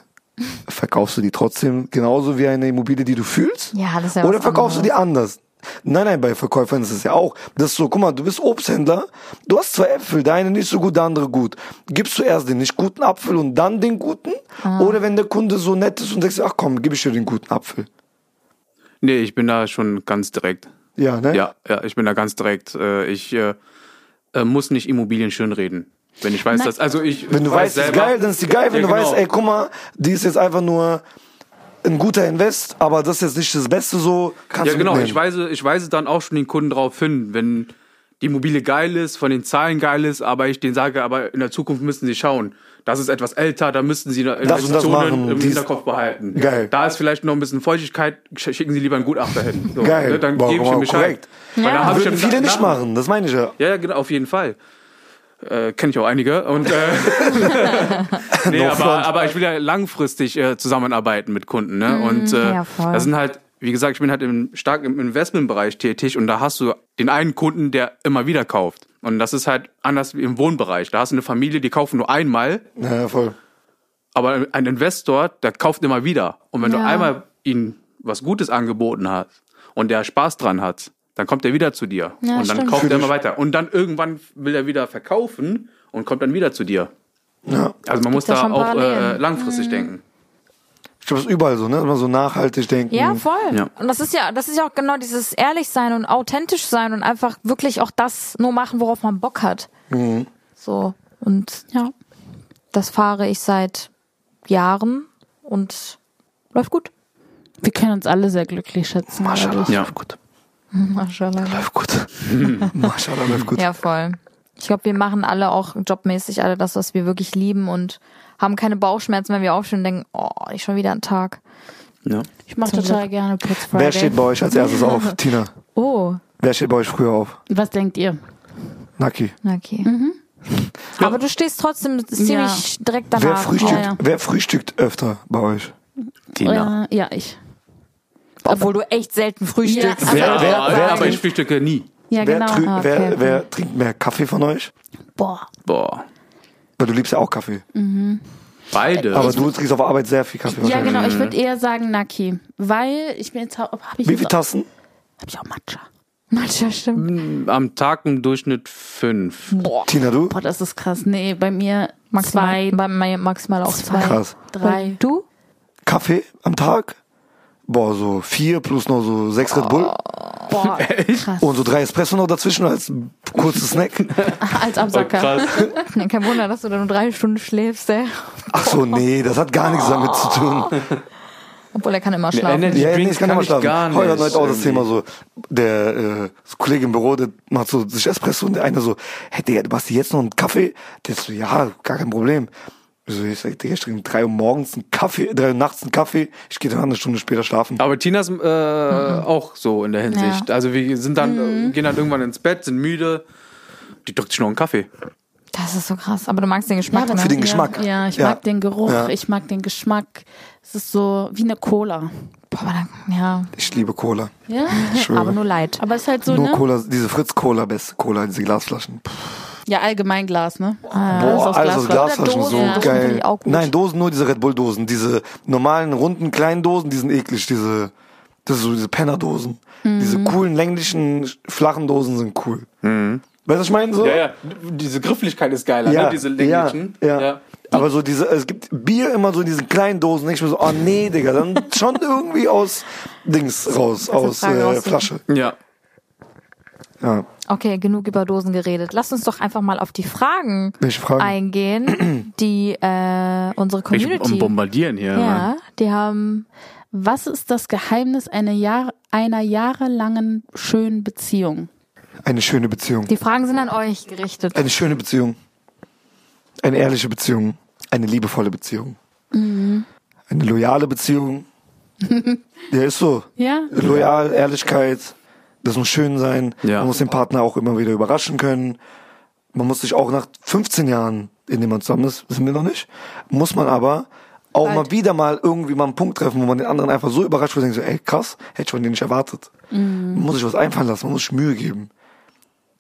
verkaufst du die trotzdem genauso wie eine Immobilie, die du fühlst?
Ja, das ist ja
Oder
was
verkaufst du die anders? Nein, nein, bei Verkäufern ist es ja auch. Das ist so, guck mal, du bist Obsthändler, du hast zwei Äpfel, der eine nicht so gut, der andere gut. Gibst du erst den nicht guten Apfel und dann den guten?
Ah.
Oder wenn der Kunde so nett ist und sagst, ach komm, gebe ich dir den guten Apfel.
Nee, ich bin da schon ganz direkt.
Ja, ne?
Ja, ja, ich bin da ganz direkt. Äh, Ich äh, äh, muss nicht Immobilien schönreden. Wenn ich weiß, dass. Also ich
Wenn du
weiß
weißt, es ist geil, dann ist die geil. Wenn
Ja,
du
genau.
weißt, ey, guck mal, die ist jetzt einfach nur ein guter Invest, aber das ist jetzt nicht das Beste so, kannst
Ja,
du
genau.
mitnehmen.
Ich weise, ich weise dann auch schon den Kunden darauf hin, wenn die Immobilie geil ist, von den Zahlen geil ist, aber ich denen sage, aber in der Zukunft müssen sie schauen. Das ist etwas älter, da müssten sie
Das und das machen.
Investitionen im
Dies-
Hinterkopf behalten.
Geil.
Da ist vielleicht noch ein bisschen Feuchtigkeit, sch- schicken sie lieber einen Gutachter hin. So,
Geil.
ne, Dann
Wow,
gebe ich
wow,
ihm Bescheid.
korrekt.
Weil da hab ich
Würden
ja-
viele nicht machen, das meine ich ja.
Ja, ja, genau, auf jeden Fall. Äh, Kenne ich auch einige. Und, äh, nee,
No
aber,
front.
aber ich will ja langfristig äh, zusammenarbeiten mit Kunden. Ne? und äh,
ja, voll.
das sind halt, wie gesagt, ich bin halt im, stark im Investmentbereich tätig und da hast du den einen Kunden, der immer wieder kauft. Und das ist halt anders wie im Wohnbereich. Da hast du eine Familie, die kaufen nur einmal,
Ja, voll.
aber ein Investor, der kauft immer wieder. Und wenn du einmal ihm was Gutes angeboten hast und der Spaß dran hat, dann kommt er wieder zu dir. und dann kauft er immer weiter. Und dann irgendwann will er wieder verkaufen und kommt dann wieder zu dir.
Ja.
Also man muss
ja
da
schon
auch äh,
Parallelen. Mhm.
langfristig denken.
Ich glaube, es ist überall so, ne? Immer so nachhaltig denken.
Ja, voll.
Ja.
Und das ist ja, das ist ja auch genau dieses ehrlich sein und authentisch sein und einfach wirklich auch das nur machen, worauf man Bock hat.
Mhm.
So. Und ja, das fahre ich seit Jahren und läuft gut.
Wir können uns alle sehr glücklich schätzen.
Maschallah,
glaube ich.
Ja.
läuft gut.
Maschallah.
Läuft gut. Maschallah, läuft gut.
Ja, voll. Ich glaube, wir machen alle auch jobmäßig alle das, was wir wirklich lieben und haben keine Bauchschmerzen, wenn wir aufstehen und denken, oh, nicht schon wieder ein Tag.
Ja.
Ich mache total gerne Putz
Wer
Friday.
steht bei euch als erstes auf? Tina,
Oh,
wer steht bei euch früher auf?
Was denkt ihr?
Naki.
na okay.
Mhm.
Aber du stehst trotzdem ziemlich direkt danach.
Wer frühstückt,
Ja, ja.
wer frühstückt öfter bei euch?
Äh, ja, ich.
Obwohl du echt selten frühstückst.
Ja.
Wer, wer,
aber,
wer,
aber ich
trinkt,
frühstücke nie.
Ja,
wer,
genau.
trü-
Ah, okay.
wer, wer trinkt mehr Kaffee von euch?
Boah.
Boah.
Weil du liebst ja auch Kaffee.
Beide.
Aber du trinkst auf der Arbeit sehr viel Kaffee.
also Ja,
wahrscheinlich.
genau. Ich würde eher sagen Naki. Weil ich bin jetzt. hau- Hab ich
Wie
jetzt
viele
auch,
Tassen?
hab ich auch Matcha.
Matcha, stimmt.
Am Tag im Durchschnitt fünf.
Tina, du?
Boah, das ist krass. Nee, bei mir
Maximal,
zwei,
bei mir maximal auch zwei.
zwei,
Krass.
drei.
Und Du?
Kaffee am Tag? Boah, so vier plus noch so sechs Red Bull
Boah, krass.
und so drei Espresso noch dazwischen als kurzes Snack.
Als Absacker.
Ja, Kein Wunder, dass du dann nur drei Stunden schläfst, ey.
Ach so, nee, das hat gar nichts damit zu tun.
Obwohl er kann immer schlafen.
Energy
Ja, ja, nee,
Drinks
ich kann,
kann
immer
ich gar
schlafen. Heute hat
nicht Äh,
heute auch das
irgendwie.
Thema so, der äh, das Kollege im Büro, der macht so sich Espresso und der eine so, hey Digga, du machst dir jetzt noch einen Kaffee? Der so, ja, gar kein Problem. Ich so, ich sag, Digga, ich trinke um drei Uhr morgens einen Kaffee, drei Uhr nachts einen Kaffee, ich gehe dann eine Stunde später schlafen.
Aber Tina ist äh,
Mhm.
auch so in der Hinsicht. Also wir sind dann, äh, gehen dann irgendwann ins Bett, sind müde. Die drückt sich noch einen Kaffee.
Das ist so krass. Aber du magst den
Ja,
Geschmack,
aber-
ne?
Für den Geschmack.
Ja, ich
Ja.
mag den Geruch,
Ja.
ich mag den Geschmack. Es ist so wie eine Cola.
Boah, aber dann, ja.
Ich liebe Cola.
Ja?
Ich schwöre.
Aber nur leid.
Aber es ist halt so,
Nur
ne?
Cola, diese Fritz-Cola, beste Cola, diese Glasflaschen. Pff,
Ja, allgemein Glas, ne?
Boah, also alles aus
Glas.
Glasflaschen,
Oder
so
Dosen. Dosen finde
geil.
ich auch gut.
Nein, Dosen, nur diese Red Bull-Dosen. Diese normalen, runden, kleinen Dosen, die sind eklig. Diese, das ist so diese Penner-Dosen.
Mhm.
Diese coolen, länglichen, sch- flachen Dosen sind cool. Weißt du, was ich meine? So?
Mhm. ja. Diese Grifflichkeit ist geiler, ne?
Ja, ja, ja. Aber so diese, es gibt Bier immer so in diesen kleinen Dosen. Nicht mehr so, oh nee, Digga, dann schon irgendwie aus Dings raus, aus
Frage
äh,
raus.
Flasche.
ja.
Ja.
Okay, genug über Dosen geredet. Lass uns doch einfach mal auf die Fragen
Welche Fragen?
eingehen, die äh, unsere Community.
Bombardieren hier.
ja, die haben.
Was ist das Geheimnis einer, Jahr, einer jahrelangen schönen Beziehung?
Eine schöne Beziehung.
Die Fragen sind an euch gerichtet.
Eine schöne Beziehung. Eine ehrliche Beziehung. Eine liebevolle Beziehung. Eine loyale Beziehung. ja, ist so.
Ja?
Loyal, Ehrlichkeit. Das muss schön sein.
Ja.
Man muss den Partner auch immer wieder überraschen können. Man muss sich auch nach 15 Jahren, in denen man zusammen ist, wissen wir noch nicht, muss man aber auch mal wieder mal irgendwie mal einen Punkt treffen, wo man den anderen einfach so überrascht wird, denkt so, ey, krass, hätte ich von denen nicht erwartet. Man muss sich was einfallen lassen, man muss sich Mühe geben.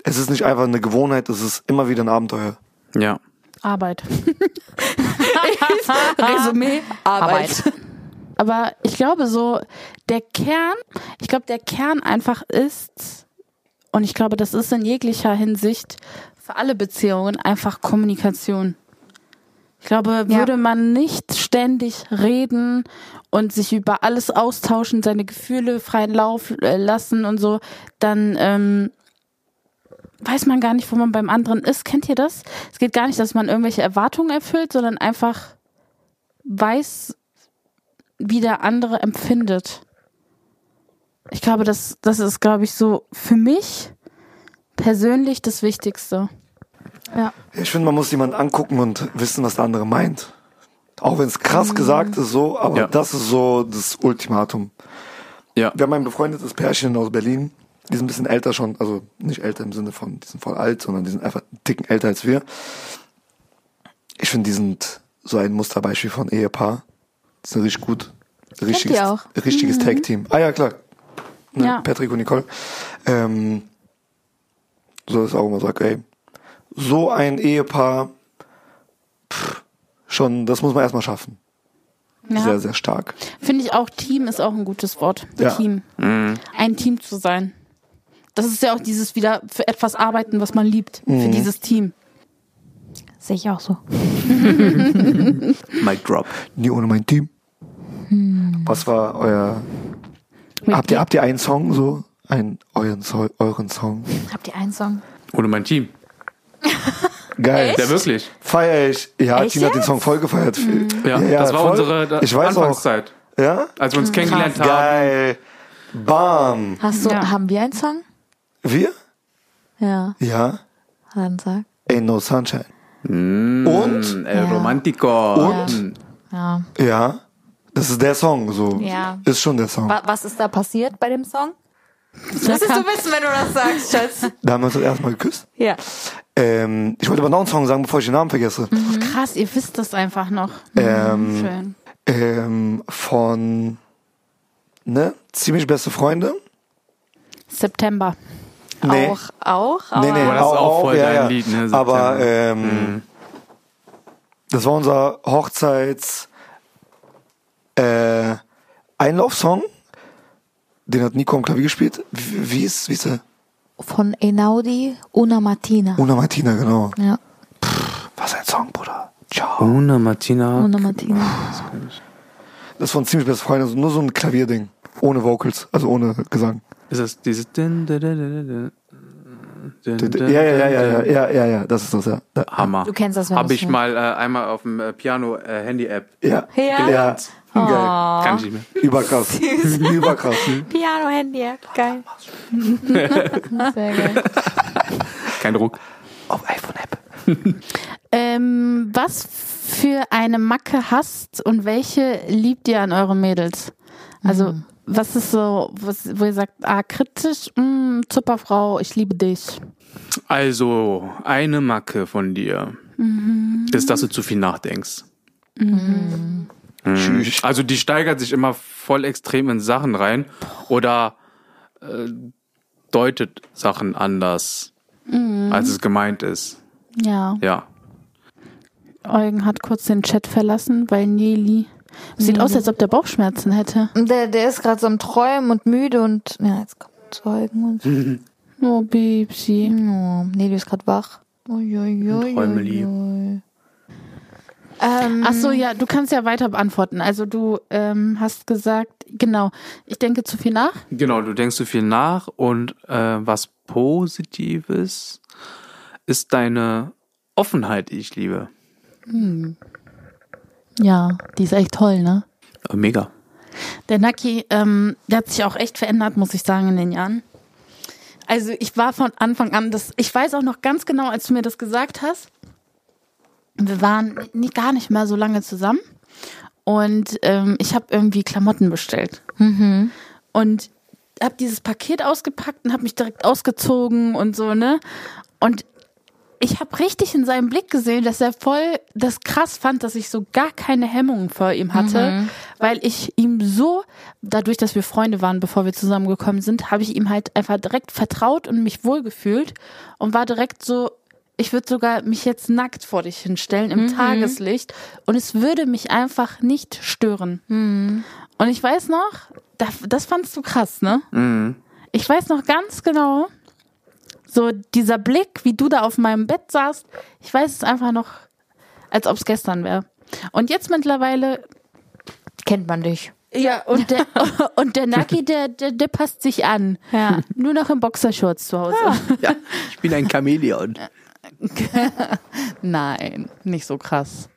Es ist nicht einfach eine Gewohnheit, es ist immer wieder ein Abenteuer.
Ja.
Ah.
Arbeit. Resümee, Arbeit.
Arbeit.
Aber ich glaube so, der Kern, ich glaube, der Kern einfach ist, und ich glaube, das ist in jeglicher Hinsicht für alle Beziehungen einfach Kommunikation. Ich glaube,
Ja.
würde man nicht ständig reden und sich über alles austauschen, seine Gefühle freien Lauf äh, lassen und so, dann ähm, weiß man gar nicht, wo man beim anderen ist. Kennt ihr das? Es geht gar nicht, dass man irgendwelche Erwartungen erfüllt, sondern einfach weiß, wie der andere empfindet. Ich glaube, das, das ist, glaube ich, so für mich persönlich das Wichtigste.
Ich finde, man muss jemanden angucken und wissen, was der andere meint. Auch wenn es krass gesagt ist, so, aber
Ja.
das ist so das Ultimatum.
Ja.
Wir haben ein befreundetes Pärchen aus Berlin, die sind ein bisschen älter schon, also nicht älter im Sinne von, die sind voll alt, sondern die sind einfach einen dicken älter als wir. Ich finde, die sind so ein Musterbeispiel von Ehepaar. Die sind richtig gut. Richtiges,
die auch.
richtiges Tag-Team. Ah ja, klar.
Mhm.
Ne?
Ja.
Patrick und Nicole. Ähm, so ist auch immer sagt, ey, so ein Ehepaar, pff, schon, das muss man erstmal schaffen.
Ja.
Sehr, sehr stark.
Finde ich auch, Team ist auch ein gutes Wort.
Ja. Mhm.
Team. Ein Team zu sein. Das ist ja auch dieses wieder für etwas arbeiten, was man liebt.
Mhm.
Für dieses Team.
Sehe ich auch so.
Mic drop.
Nie ohne mein Team.
Hm.
Was war euer, habt ihr, habt ihr einen Song so? Ein, euren, So- euren Song.
Habt ihr einen Song?
Ohne mein Team.
Geil.
Ja, wirklich.
Feier ich. Ja,
Echt
Tina hat den
jetzt? Hm.
Song voll gefeiert.
Ja, das war unsere äh, da,
ich weiß
Anfangszeit.
Auch. Mhm. Ja?
Als wir uns kennengelernt haben.
Geil. Bam.
Hast du,
Ja.
haben wir einen Song?
Wir?
Ja,
Ja.
dann sag.
Ain't no sunshine. Und?
Äh,
Ja.
Romantico.
Und?
Ja.
Ja. Das ist der Song, so.
Ja.
Ist schon der Song.
Wa- Was ist da passiert bei dem Song? Das
müsstest du
wissen, wenn du das sagst, Schatz.
Da haben wir uns das erste Mal geküsst.
Ja.
Ähm, ich wollte aber noch einen Song sagen, bevor ich den Namen vergesse.
Krass, ihr wisst das einfach noch.
Mhm. Ähm,
Schön.
ähm, von, ne? Ziemlich beste Freunde.
September.
Nee.
Auch, auch.
Nee,
aber-
nee,
Aber das ist auch voll dein Lied, ne, September. Mhm.
Aber ähm, das war unser Hochzeits äh, Einlaufsong. Den hat Nico am Klavier gespielt. Wie, wie ist, wie ist der?
Von Enaudi Una Martina.
Una Martina, genau.
ja,
Was ein Song, Bruder. Ciao.
Ohne Martina.
Una Oh, Martina.
Das war ein ziemlich beste Freund, also nur so ein Klavierding. Ohne Vocals, also ohne Gesang.
Ist das dieses... Din, din, din, din, din,
Ja,
din,
ja, ja, ja, ja,
din, din.
ja, ja, ja, das ist das, ja. Da-
Hammer.
Du kennst das, wenn
Habe
du's
ich
hörst.
mal äh, einmal auf dem äh, Piano-Handy-App.
Ja.
Ja.
ja. Geil.
Kann
Oh.
ich nicht mehr.
Überkrass. Überkrass.
Piano Handy, ja. geil. Sehr geil.
Kein Druck.
Auf iPhone-App.
Ähm, was für eine Macke hasst und welche liebt ihr an euren Mädels? Also, was ist so, was, wo ihr sagt, ah, kritisch, mh, Zupperfrau, ich liebe dich.
Also, eine Macke von dir
Mhm.
ist, dass du zu viel nachdenkst.
Tschüss.
Also die steigert sich immer voll extrem in Sachen rein oder äh, deutet Sachen anders,
Mhm.
als es gemeint ist.
Ja.
Ja.
Eugen hat kurz den Chat verlassen, weil Nelly. Sieht aus, als ob der Bauchschmerzen hätte.
Der, der ist gerade so am Träumen und müde und. Ja, jetzt kommt Zeugen und.
Oh, Babsi.
Oh, Nelly ist gerade wach. Uiuiui.
Träumeli.
Ähm,
Ach so, ja, du kannst ja weiter beantworten. Also du ähm, hast gesagt, genau, ich denke zu viel nach.
Genau, du denkst zu viel nach und äh, was Positives ist deine Offenheit, die ich liebe.
Ja, die ist echt toll, ne?
Äh,
Mega.
Der Naki, ähm, der hat sich auch echt verändert, muss ich sagen, in den Jahren. Also ich war von Anfang an, das, ich weiß auch noch ganz genau, als du mir das gesagt hast, wir waren nie, gar nicht mal so lange zusammen und ähm, ich habe irgendwie Klamotten bestellt. Und habe dieses Paket ausgepackt und habe mich direkt ausgezogen und so, ne? Und ich habe richtig in seinem Blick gesehen, dass er voll das krass fand, dass ich so gar keine Hemmungen vor ihm hatte, weil ich ihm so, dadurch, dass wir Freunde waren, bevor wir zusammengekommen sind, habe ich ihm halt einfach direkt vertraut und mich wohlgefühlt und war direkt so, ich würde sogar mich jetzt nackt vor dich hinstellen im Tageslicht und es würde mich einfach nicht stören. Und ich weiß noch, das, das fandst du krass, ne? Ich weiß noch ganz genau, so dieser Blick, wie du da auf meinem Bett saßt, ich weiß es einfach noch, als ob es gestern wäre. Und jetzt mittlerweile
Kennt man dich.
ja, und der, und der Naki, der, der, der passt sich an.
Ja.
Nur noch im Boxershorts zu Hause.
Ja, ich bin ein Chamäleon.
Nein, nicht so krass.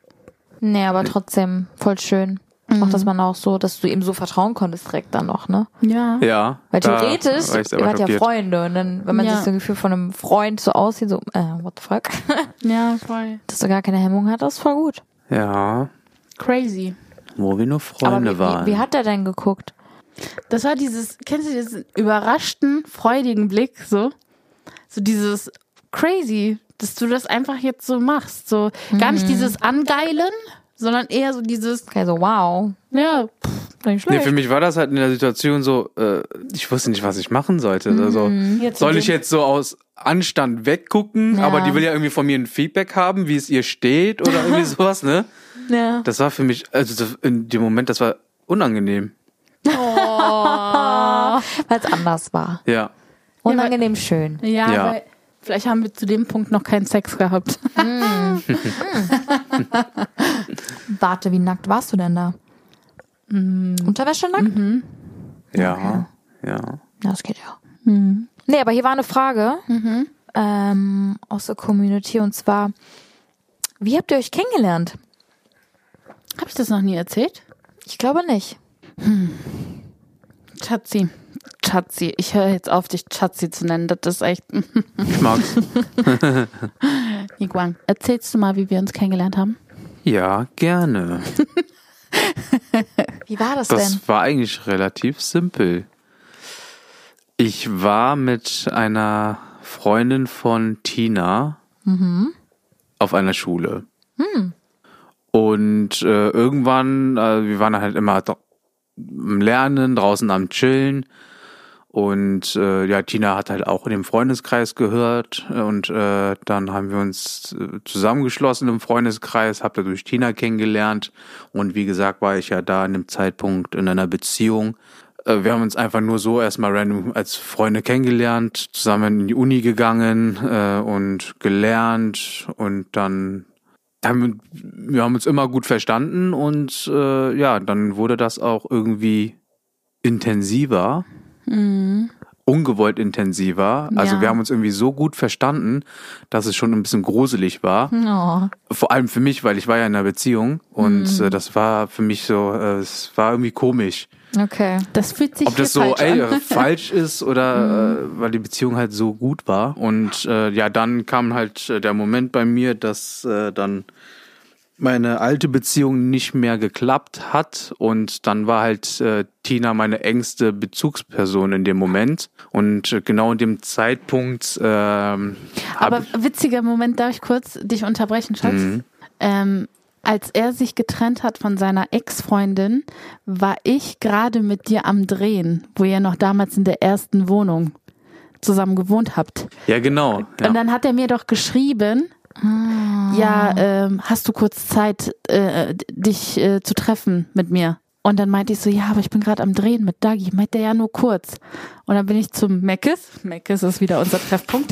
Nee, aber trotzdem voll schön. Auch, dass man auch so, dass du ihm so vertrauen konntest direkt dann noch, ne?
Ja.
Ja.
Weil
da
theoretisch,
war
ihr
ich selber
wart ja
schockiert.
Freunde und dann, wenn man
Ja.
sich so ein Gefühl von einem Freund so aussieht, so, äh, what the fuck?
Ja, voll.
dass du gar keine Hemmung hattest, voll gut.
Ja,
Crazy.
Wo wir nur Freunde
aber wie,
waren.
Wie, wie hat er denn geguckt?
Das war dieses, kennst du diesen überraschten, freudigen Blick, so? So dieses crazy, dass du das einfach jetzt so machst. So gar nicht dieses Angeilen, sondern eher so dieses,
Okay, so, wow.
ja, pff,
Nicht
Nee,
schlecht.
für mich war das halt in der Situation so, äh, ich wusste nicht, was ich machen sollte.
Mhm.
Also, soll ich jetzt so aus Anstand weggucken,
Ja.
aber die will ja irgendwie von mir ein Feedback haben, wie es ihr steht oder irgendwie sowas, ne?
ja.
Das war für mich, also das, in dem Moment, das war unangenehm.
Weil es anders war.
Ja.
Unangenehm schön.
ja,
Ja.
Weil, vielleicht haben wir zu dem Punkt noch keinen Sex gehabt.
Warte, wie nackt warst du denn da? Mm. Unterwäsche nackt?
Ja. Ja.
Ja, das geht ja. Nee, aber hier war eine Frage ähm, aus der Community und zwar, wie habt ihr euch kennengelernt?
Habe ich das noch nie erzählt?
Ich glaube nicht.
Schatzi. Schatzi, ich höre jetzt auf, dich Schatzi zu nennen. Das ist echt.
Ich mag's.
Niguang, erzählst du mal, wie wir uns kennengelernt haben?
Ja, gerne.
Wie war das,
Das
denn?
war eigentlich relativ simpel. Ich war mit einer Freundin von Tina auf einer Schule. Und äh, irgendwann, äh, wir waren halt immer dr- am Lernen, draußen am Chillen. Und äh, ja, Tina hat halt auch in dem Freundeskreis gehört. Und äh, dann haben wir uns äh, zusammengeschlossen im Freundeskreis, hab dadurch Tina kennengelernt. Und wie gesagt, war ich ja da an dem Zeitpunkt in einer Beziehung. Äh, wir haben uns einfach nur so erstmal random als Freunde kennengelernt, zusammen in die Uni gegangen äh, und gelernt. Und dann haben wir, wir haben uns immer gut verstanden. Und äh, ja, dann wurde das auch irgendwie intensiver ungewollt intensiver. Also
Ja.
wir haben uns irgendwie so gut verstanden, dass es schon ein bisschen gruselig war.
Oh,
Vor allem für mich, weil ich war ja in einer Beziehung und äh, das war für mich so, äh, es war irgendwie komisch.
okay.
Das fühlt sich
Ob das
hier
so
falsch
ey,
an. Mhm.
äh, falsch ist oder äh, weil die Beziehung halt so gut war. Und äh, ja, dann kam halt äh, der Moment bei mir, dass äh, dann meine alte Beziehung nicht mehr geklappt hat und dann war halt äh, Tina meine engste Bezugsperson in dem Moment und äh, genau in dem Zeitpunkt ähm, hab Mhm.
Aber witziger Moment, darf ich kurz dich unterbrechen, Schatz? Ähm, als er sich getrennt hat von seiner Ex-Freundin, war ich gerade mit dir am Drehen, wo ihr noch damals in der ersten Wohnung zusammen gewohnt habt.
ja genau
Und
ja.
dann hat er mir doch geschrieben, ja, ähm, hast du kurz Zeit, äh, d- dich äh, zu treffen mit mir? Und dann meinte ich so, ja, aber ich bin gerade am Drehen mit Dagi. Meinte er ja nur kurz. Und dann bin ich zum Meckes. Meckes ist wieder unser Treffpunkt.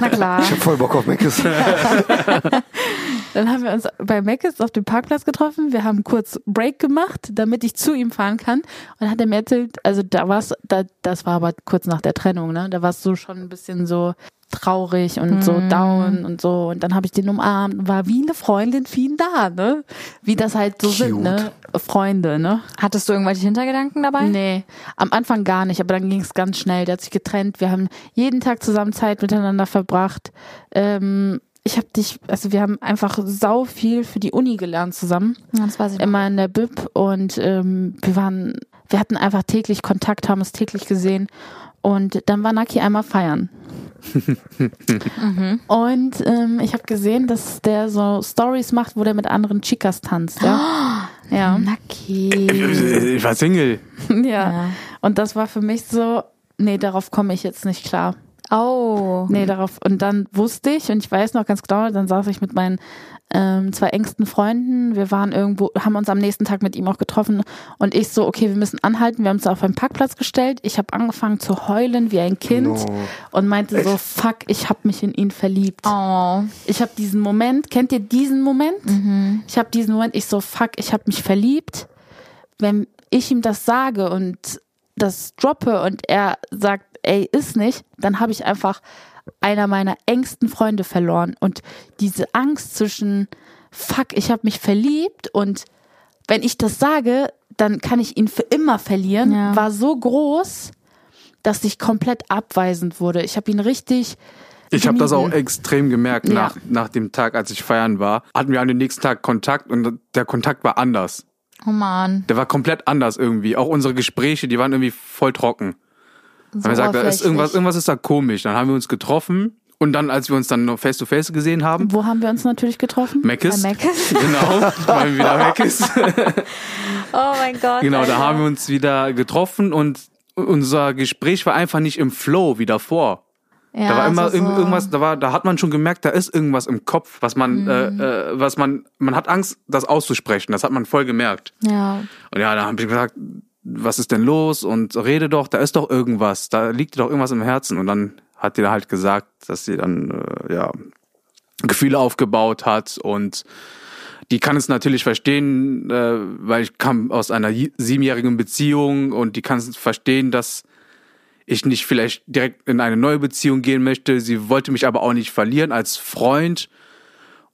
Na klar.
Ich hab voll Bock auf Meckes.
Dann haben wir uns bei Meckes auf dem Parkplatz getroffen. Wir haben kurz Break gemacht, damit ich zu ihm fahren kann. Und dann hat er mir erzählt, also da war's, da, das war aber kurz nach der Trennung, ne? Da warst du schon ein bisschen so traurig und so down und so. Und dann habe ich den umarmt und war wie eine Freundin für ihn da, ne? Wie das halt so sind, ne? Freunde, ne?
Hattest du irgendwelche Hintergedanken dabei?
Nee, am Anfang gar nicht, aber dann ging es ganz schnell. Der hat sich getrennt. Wir haben jeden Tag zusammen Zeit miteinander verbracht. Ähm, ich habe dich, also wir haben einfach sau viel für die Uni gelernt zusammen,
Ja, das weiß ich
immer in der Bib und ähm, wir waren, wir hatten einfach täglich Kontakt, haben uns täglich gesehen und dann war Naki einmal feiern. Und ähm, ich habe gesehen, dass der so Stories macht, wo der mit anderen Chicas tanzt. Ja, ja.
Naki.
ich war Single
ja.
Ja.
Und das war für mich so, nee, darauf komme ich jetzt nicht klar.
Oh.
Nee, darauf. Und dann wusste ich, und ich weiß noch ganz genau, dann saß ich mit meinen ähm, zwei engsten Freunden. Wir waren irgendwo, haben uns am nächsten Tag mit ihm auch getroffen. Und ich so, okay, wir müssen anhalten. Wir haben uns auf einen Parkplatz gestellt. Ich habe angefangen zu heulen wie ein Kind
No.
und meinte so, fuck, ich habe mich in ihn verliebt.
Oh.
Ich habe diesen Moment, kennt ihr diesen Moment? Ich habe diesen Moment, ich so, fuck, ich habe mich verliebt. Wenn ich ihm das sage und das droppe und er sagt, ey, ist nicht, dann habe ich einfach einer meiner engsten Freunde verloren. Und diese Angst zwischen, fuck, ich habe mich verliebt und wenn ich das sage, dann kann ich ihn für immer verlieren,
Ja.
war so groß, dass ich komplett abweisend wurde. Ich habe ihn richtig.
Ich habe das auch
gemieden.
extrem gemerkt
Ja.
nach, nach dem Tag, als ich feiern war. Hatten wir an den nächsten Tag Kontakt und der Kontakt war anders.
Oh Mann.
Der war komplett anders irgendwie. Auch unsere Gespräche, die waren irgendwie voll trocken.
So
Haben wir gesagt, da ist
oberflächlich.
irgendwas, irgendwas ist da komisch. Dann haben wir uns getroffen und dann, als wir uns dann noch face to face gesehen haben,
Wo haben wir uns natürlich getroffen?
Meckes.
Bei Meckes.
Genau, weil wir wieder Meckes.
Oh mein Gott.
Genau, da
Alter.
haben wir uns wieder getroffen und unser Gespräch war einfach nicht im Flow wie davor.
ja,
da war immer
also
irgend-
so-
irgendwas, da war, da hat man schon gemerkt, da ist irgendwas im Kopf, was man,
Mhm.
äh, äh, was man, man hat Angst, das auszusprechen. Das hat man voll gemerkt.
Ja.
Und ja, da habe ich gesagt, was ist denn los? Und rede doch, da ist doch irgendwas, da liegt dir doch irgendwas im Herzen. Und dann hat die da halt gesagt, dass sie dann äh, ja Gefühle aufgebaut hat und die kann es natürlich verstehen, äh, weil ich kam aus einer j- siebenjährigen Beziehung und die kann es verstehen, dass ich nicht vielleicht direkt in eine neue Beziehung gehen möchte. Sie wollte mich aber auch nicht verlieren als Freund.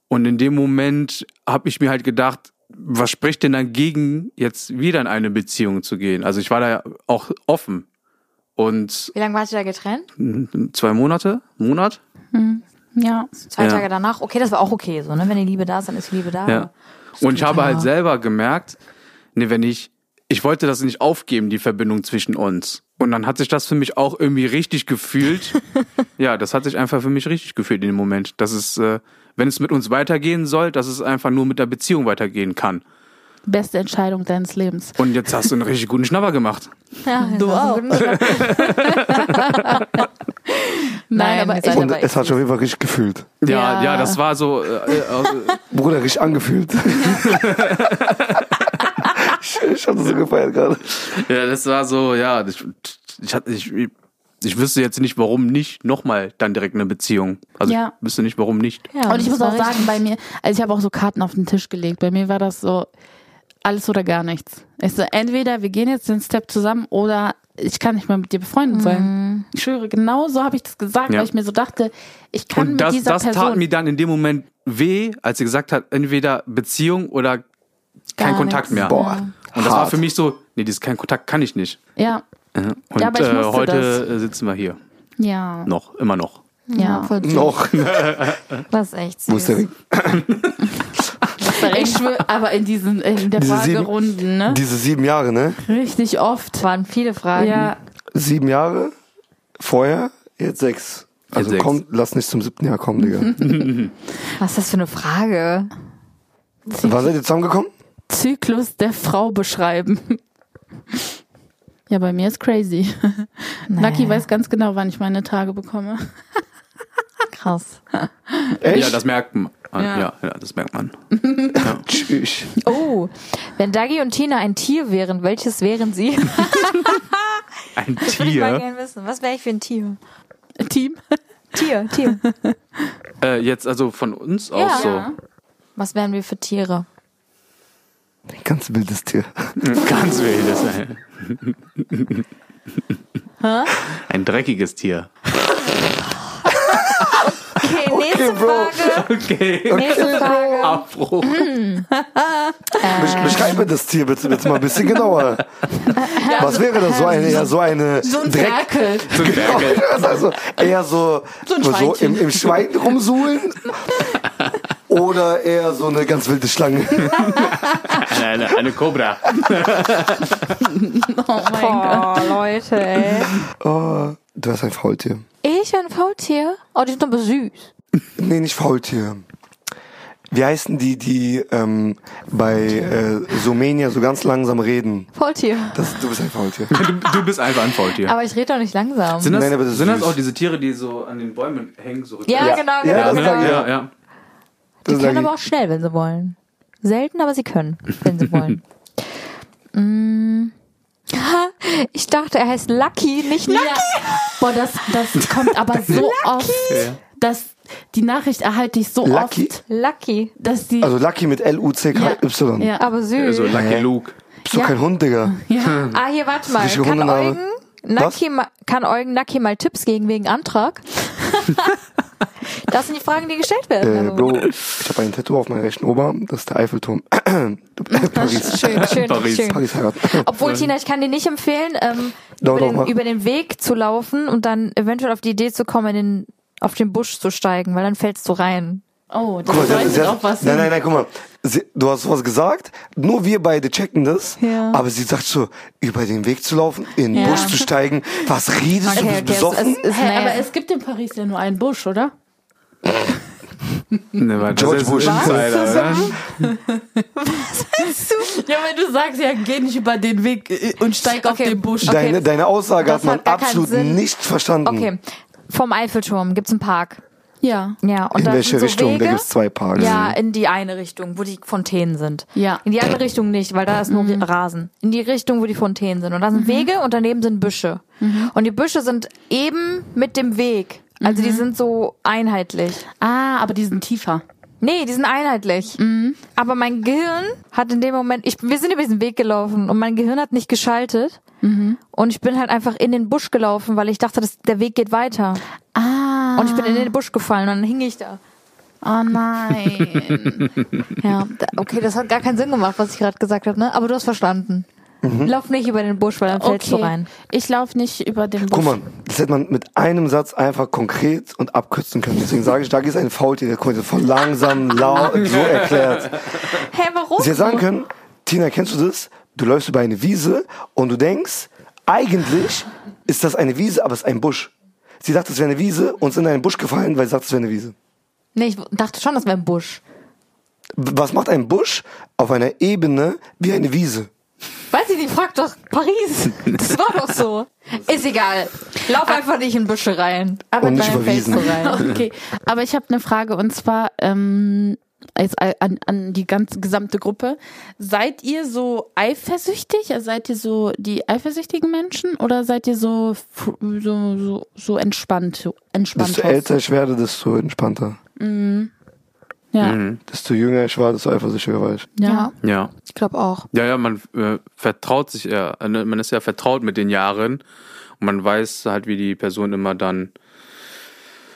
Und in dem Moment habe ich mir halt gedacht, was spricht denn dagegen, jetzt wieder in eine Beziehung zu gehen? Also ich war da ja auch offen. Und
Wie lange wart ihr da getrennt?
zwei Monate, Monat?
Ja.
Zwei
Ja.
Tage danach. Okay, das war auch okay so, ne? Wenn die Liebe da ist, dann ist die Liebe da.
Ja. Und ich habe halt selber gemerkt, nee, wenn ich, ich wollte das nicht aufgeben, die Verbindung zwischen uns. Und dann hat sich das für mich auch irgendwie richtig gefühlt. ja, das hat sich einfach für mich richtig gefühlt in dem Moment. Dass es, äh, wenn es mit uns weitergehen soll, dass es einfach nur mit der Beziehung weitergehen kann.
Beste Entscheidung deines Lebens.
Und jetzt hast du einen richtig guten Schnapper gemacht.
Ja, Also das
Du
war so
auch.
gut. Nein,
Nein, aber
ihr
ich-
seid
Und
aber
es hat schon auf jeden Fall richtig gefühlt.
Ja,
Ja.
ja, das war so. Äh, äh,
Bruder, richtig angefühlt. ich, ich hatte so gefeiert gerade.
ja, das war so, ja. Ich, ich, hatte- ich, ich wüsste jetzt nicht, warum nicht nochmal dann direkt eine Beziehung. Also
Ja.
ich wüsste nicht, warum nicht.
Ja,
und ich
das
muss
war
auch sagen,
richtig.
bei mir, also ich habe auch so Karten auf den Tisch gelegt. Bei mir war das so alles oder gar nichts. Ich so, entweder wir gehen jetzt den Step zusammen oder ich kann nicht mehr mit dir befreundet sein. Ich schwöre, genau so habe ich das gesagt,
Ja.
weil ich mir so dachte, ich kann
Und
mit
das,
dieser
das tat
Person
mir dann in dem Moment weh, als sie gesagt hat, entweder Beziehung oder kein
Gar
Kontakt
nichts.
mehr.
Boah,
Und das war
hart.
für mich so, nee, dieses kein Kontakt kann ich nicht.
ja,
Und
Ja, aber ich
äh,
musste
heute
das.
äh, sitzen wir hier.
ja,
Noch, immer noch.
ja.
voll süß.
Noch.
Das ist echt süß.
Wo ist der Ring?
Ich schwöre, aber in diesen in der
Diese sieben-
Fragerunden, ne?
Diese sieben Jahre, ne?
Richtig oft.
waren viele Fragen.
Ja,
Sieben Jahre, vorher, jetzt sechs. Also
sechs.
komm, lass nicht zum siebten Jahr kommen, Digga.
Was ist das für eine Frage?
Wann seid ihr zusammengekommen?
Zyklus der Frau beschreiben. Ja, bei mir ist crazy. Lucky weiß ganz genau, wann ich meine Tage bekomme.
Krass.
Echt?
Ja, das merkt man.
Ja.
Ja, ja, das merkt man.
Tschüss.
Oh, wenn Dagi und Tina ein Tier wären, welches wären sie?
Ein
Würde ich mal
Tier.
gerne wissen. Was wäre ich für ein Tier?
Team.
Tier, Tier.
Äh, jetzt also von uns aus
Ja.
Was wären wir für Tiere?
Ganz wildes Tier.
so. Ganz wildes. ey. Ein dreckiges Tier.
Okay, nächste
Bro.
Frage.
Okay.
Nächste Frage.
Abbruch.
Besch- Beschreibe das Tier bitte, bitte mal ein bisschen genauer. Was wäre das? So eine, eher also so eine Dreck.
Ferkel.
Also eher so,
So ein
so
Schweinchen.
im, im Schwein rumsuhlen. Oder eher so eine ganz wilde Schlange.
Eine, eine, eine Kobra.
Oh mein Gott.
Oh, Leute, ey.
Oh, du hast ein Faultier.
Ich bin ein Faultier. Oh, die sind aber süß.
Nee, nicht Faultier. wie heißen die, die ähm, bei äh, Sumenia so ganz langsam reden?
Faultier.
Das, du bist ein Faultier.
Du, du bist einfach ein Faultier.
Aber ich rede doch nicht langsam.
Sind das,
Nein, aber das ist
sind das
süß.
auch diese Tiere, die so an den Bäumen hängen? So
Ja,
rückwärts?
genau, genau.
Ja,
Ja,
das
ne?
sag
genau.
ich.
ja, ja.
Die
Das sag
können
ich.
aber auch schnell, wenn sie wollen. Selten, aber sie können, wenn sie wollen. mm. Ich dachte, er heißt Lucky, nicht Lucky.
Boah, das, das kommt aber so oft, dass die Nachricht erhalte ich so
Lucky?
oft,
Lucky.
dass die.
Also Lucky mit L-U-C-K-Y.
ja.
Aber süß.
So Lucky
Hä?
Luke.
Bist du
Ja.
kein Hund, Digga?
ja.
Ah, hier, warte mal.
Richtige
Kann
Hundename.
Eugen, Naki ma, kann Eugen Naki mal Tipps geben wegen Antrag? das sind die Fragen, die gestellt werden.
Äh,
also.
Bro, ich habe ein Tattoo auf meinem rechten Oberarm, das ist der Eiffelturm. Paris.
Schön, Also, schön,
Paris.
schön.
Paris heiraten.
Obwohl, Tina, ich kann dir nicht empfehlen, ähm,
Doch,
über,
doch,
den,
mach.
über den Weg zu laufen und dann eventuell auf die Idee zu kommen, in den, auf den Busch zu steigen, weil dann fällst du rein.
Oh, das
Guck mal, sie hat-
bedeutet
sie
auch
hat-
was.
Nein, nein, nein, guck mal. Sie, du hast was gesagt, nur wir beide checken das.
Ja.
Aber sie sagt so, über den Weg zu laufen, in den
Ja.
Busch zu steigen. Was redest du?
Okay,
Bist du
okay, es,
besoffen?
es, es,
Hä, aber
naja,
es gibt in Paris ja nur einen Busch, oder?
Ne, warte,
George
das ist ein
Bush.
Insider, oder?
Ja, wenn du sagst, ja, geh nicht über den Weg äh, und steig auf
Okay.
den Busch.
Okay.
deine, deine Aussage
Das
hat man
hat gar keinen
absolut
Sinn.
nicht verstanden.
okay, vom Eiffelturm gibt's einen Park.
Ja.
Ja, und
In
da
welche
sind so
Richtung?
Wege.
Da gibt's zwei Parks.
Ja, in die eine Richtung, wo die Fontänen sind.
Ja. Mhm.
In die andere Richtung nicht, weil da ist nur Rasen. In die Richtung, wo die Fontänen sind. Und da sind Wege und daneben sind Büsche.
Mhm.
Und die Büsche sind eben mit dem Weg. Also
Mhm.
die sind so einheitlich.
Ah, aber die sind tiefer.
Nee, die sind einheitlich.
Mhm.
Aber mein Gehirn hat in dem Moment, ich, wir sind über diesen Weg gelaufen und mein Gehirn hat nicht geschaltet.
Mhm.
Und ich bin halt einfach in den Busch gelaufen, weil ich dachte, dass der Weg geht weiter.
Ah,
Und ich bin in den Busch gefallen und dann hing ich da.
oh nein.
Ja, da, okay, das hat gar keinen Sinn gemacht, was ich gerade gesagt habe, ne? Aber du hast verstanden. Lauf nicht über den Busch, weil dann fällst du
okay.
rein.
Ich laufe nicht über den Busch.
Guck mal, das hätte man mit einem Satz einfach konkret und abkürzen können. Deswegen sage ich, da ist ein Faultier, der kommt von langsam, laut, so erklärt.
Hä, warum?
Sie hätte sagen können, Tina, kennst du das? Du läufst über eine Wiese und du denkst, eigentlich ist das eine Wiese, aber es ist ein Busch. Sie dachte, es wäre eine Wiese und ist in einen Busch gefallen, weil sie dachte, es wäre eine Wiese.
Nee, ich dachte schon, das wäre ein Busch.
W- Was macht ein Busch auf einer Ebene wie eine Wiese?
Weiß ich nicht, frag doch Paris. Das war doch so. Ist egal. Lauf einfach nicht in Büsche rein.
aber
und nicht
dann
Fällst du
überwiesen.
rein.
Okay, aber ich habe eine Frage und zwar ähm, als- an, an die ganze gesamte Gruppe. Seid ihr so eifersüchtig? Also Seid ihr so die eifersüchtigen Menschen oder seid ihr so f- so so, so entspannt, so entspannt?
Desto älter ich werde, desto entspannter.
Ja,
Desto jünger ich war, desto eifersüchtiger war ich.
ja.
Ja,
Ja.
ich glaube auch.
Ja, ja, man äh, vertraut sich ja, äh, ne, man ist ja vertraut mit den Jahren und man weiß halt, wie die Person immer dann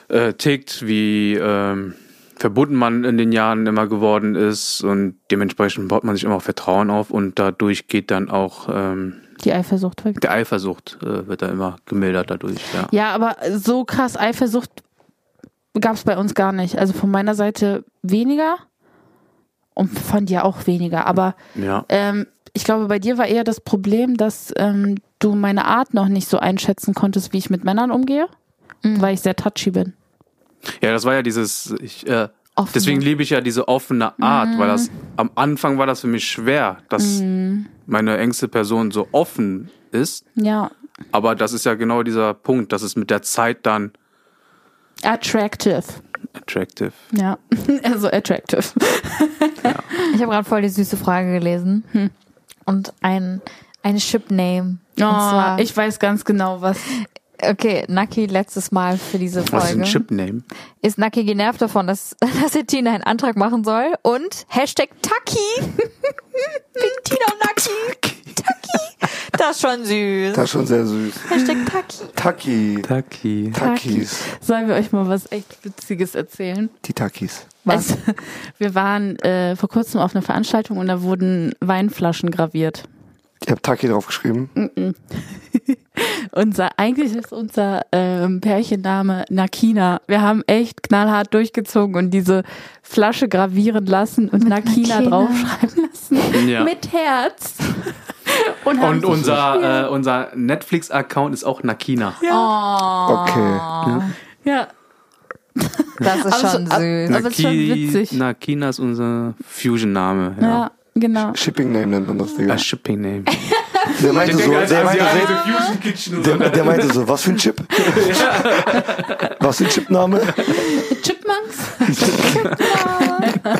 äh, tickt, wie ähm, verbunden man in den Jahren immer geworden ist und dementsprechend baut man sich immer auch Vertrauen auf und dadurch geht dann auch ähm,
die Eifersucht weg.
der Eifersucht äh, wird da immer gemildert dadurch. Ja.
Ja, aber so krass Eifersucht gab's bei uns gar nicht. Also von meiner Seite weniger und von dir auch weniger. Aber
ja.
ähm, ich glaube, bei dir war eher das Problem, dass ähm, du meine Art noch nicht so einschätzen konntest, wie ich mit Männern umgehe, weil ich sehr touchy bin.
Ja, das war ja dieses. Ich, äh,
Offene.
deswegen liebe ich ja diese offene Art, weil das am Anfang war das für mich schwer, dass meine engste Person so offen ist.
Ja,
Aber das ist ja genau dieser Punkt, dass es mit der Zeit dann
attractive.
attractive.
Ja, also attractive.
Ich habe gerade voll die süße Frage gelesen. Und ein, ein Ship-Name. Und
Oh,
zwar,
ich weiß ganz genau, was.
okay, Naki letztes Mal für diese Folge.
Was ist ein Chipname?
ist Naki genervt davon, dass, dass er Tina einen Antrag machen soll. Und Hashtag Taki. Wegen Tina und Naki. Taki. Das ist schon süß.
Das ist schon sehr süß.
Hashtag Taki.
Taki.
Taki.
Takis.
Sollen wir euch mal was echt Witziges erzählen?
Die Takis.
Was?
Also, wir waren äh, vor kurzem auf einer Veranstaltung und da wurden Weinflaschen graviert.
Ich habe Taki draufgeschrieben.
Unser, eigentlich ist unser ähm, Pärchenname Nakina. Wir haben echt knallhart durchgezogen und diese Flasche gravieren lassen und Nakina,
Nakina.
draufschreiben lassen.
Ja.
Mit Herz. Und, haben
Und unser, äh, unser
Oh.
Netflix-Account ist auch Nakina.
Okay.
ja,
Das ist
Aber so-
schon
ab-
süß.
ab- Aber ist schon witzig.
Na, Kina ist unser Fusion-Name. Ja.
Ja, genau.
Shipping Name nennt man das, Digga.
Als Shipping-Name.
Ah, Der
Also
meinte so, der meinte so,
Fusion Kitchen.
der, der meinte so, was für ein Chip? Was für ein Chipname?
Chipmunks?
Ah.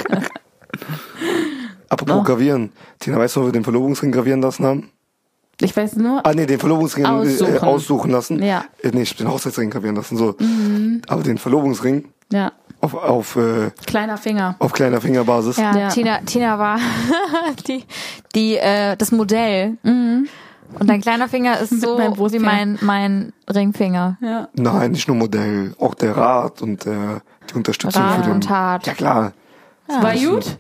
Apropos gravieren. Tina, weißt du, wo wir den Verlobungsring gravieren lassen haben?
Ich weiß nur,
Ah, nee, den Verlobungsring äh, Äh,
Aussuchen.
aussuchen lassen.
Ja.
Äh, nee, ich hab den Hochzeitsring gravieren lassen, so.
Mhm.
Aber den Verlobungsring
ja,
auf, auf, äh,
kleiner Finger.
auf kleiner Fingerbasis.
Ja,
Ja.
Tina, Tina war die, die äh, das Modell.
Mhm.
Und dein kleiner Finger ist so
meinem
wie
Brustfinger.
mein, mein Ringfinger.
Ja.
Nein, nicht nur Modell, auch der Rat und äh, die Unterstützung
Rat
für den.
und Tat.
Ja klar.
War gut?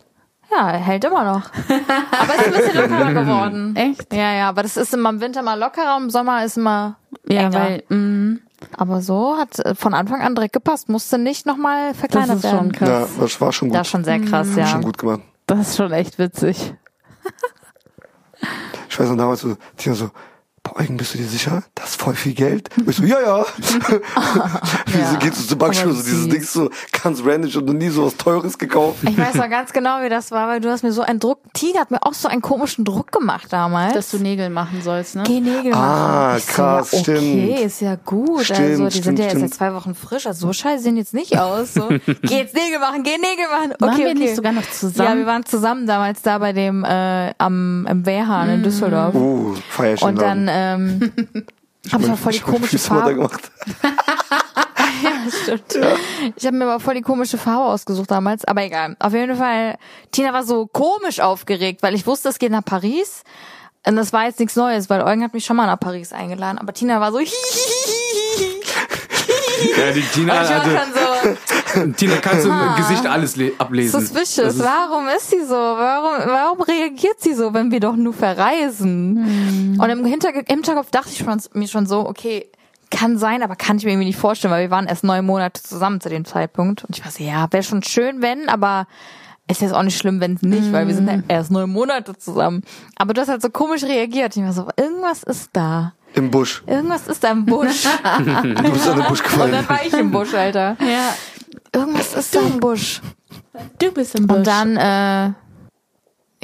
Ja, er hält immer noch. Aber ist ein bisschen lockerer geworden.
Echt?
Ja, ja, aber das ist immer im Winter mal lockerer, im Sommer ist immer
Ja,
enger.
weil, mm,
aber so hat äh, von Anfang an direkt gepasst, musste nicht nochmal
das
verkleinert
ist schon
werden.
Ja,
krass. Mhm.
das war schon gut.
Das ist schon sehr krass, ja.
Schon gut gemacht.
Das ist schon echt witzig.
Ich weiß noch damals so, Tina so, boah, Eugen, bist du dir sicher? Das ist voll viel Geld. Und ich so, ja, ja. Wieso
Ja.
gehst du zur Bank
Aber
schon so dieses
süß.
Ding so ganz random und noch nie so was Teures gekauft?
Ich weiß noch ganz genau, wie das war, weil du hast mir so einen Druck, Tina hat mir auch so einen komischen Druck gemacht damals.
Dass du Nägel machen sollst, ne?
Geh Nägel machen.
Ah,
Ich so,
krass,
ja, okay,
stimmt.
ist ja gut.
Stimmt,
also, die
stimmt,
sind ja jetzt
stimmt.
seit zwei Wochen frisch. Also, so scheiße sehen jetzt nicht aus. So. geh jetzt Nägel machen, geh Nägel machen. Okay,
Waren wir
okay.
nicht sogar noch zusammen?
Ja, wir waren zusammen damals da bei dem äh, am im Wehrhahn
Mm.
in Düsseldorf.
Oh, feier ich den
Und
Laden.
dann, ähm, aber es war voll die
Ich hab meine
komische
Füße mal da
Farbe.
gemacht.
Stimmt. Ich habe mir aber voll die komische Farbe ausgesucht damals, aber egal. Auf jeden Fall, Tina war so komisch aufgeregt, weil ich wusste, es geht nach Paris. Und das war jetzt nichts Neues, weil Eugen hat mich schon mal nach Paris eingeladen, aber Tina war so hihihihi.
Ja, die Tina,
Und ich war
hatte,
schon so
Tina kannst du im Gesicht alles le- ablesen. Das
suspicious.
ist-
Warum ist sie so? Warum, warum reagiert sie so, wenn wir doch nur verreisen? Und im Hinterge- im Hinterkopf dachte ich schon, mir schon so, okay, kann sein, aber kann ich mir irgendwie nicht vorstellen, weil wir waren erst neun Monate zusammen zu dem Zeitpunkt. Und ich war so, ja, wäre schon schön, wenn, aber ist jetzt auch nicht schlimm, wenn es nicht, weil wir sind ja erst neun Monate zusammen. Aber du hast halt so komisch reagiert. Ich war so, irgendwas ist da.
Im Busch.
Irgendwas ist da im Busch.
Du bist an den Busch
Und
gefallen.
dann war ich im Busch, Alter.
Ja,
Irgendwas ist da im Busch.
du bist im
Und
Busch.
dann, äh,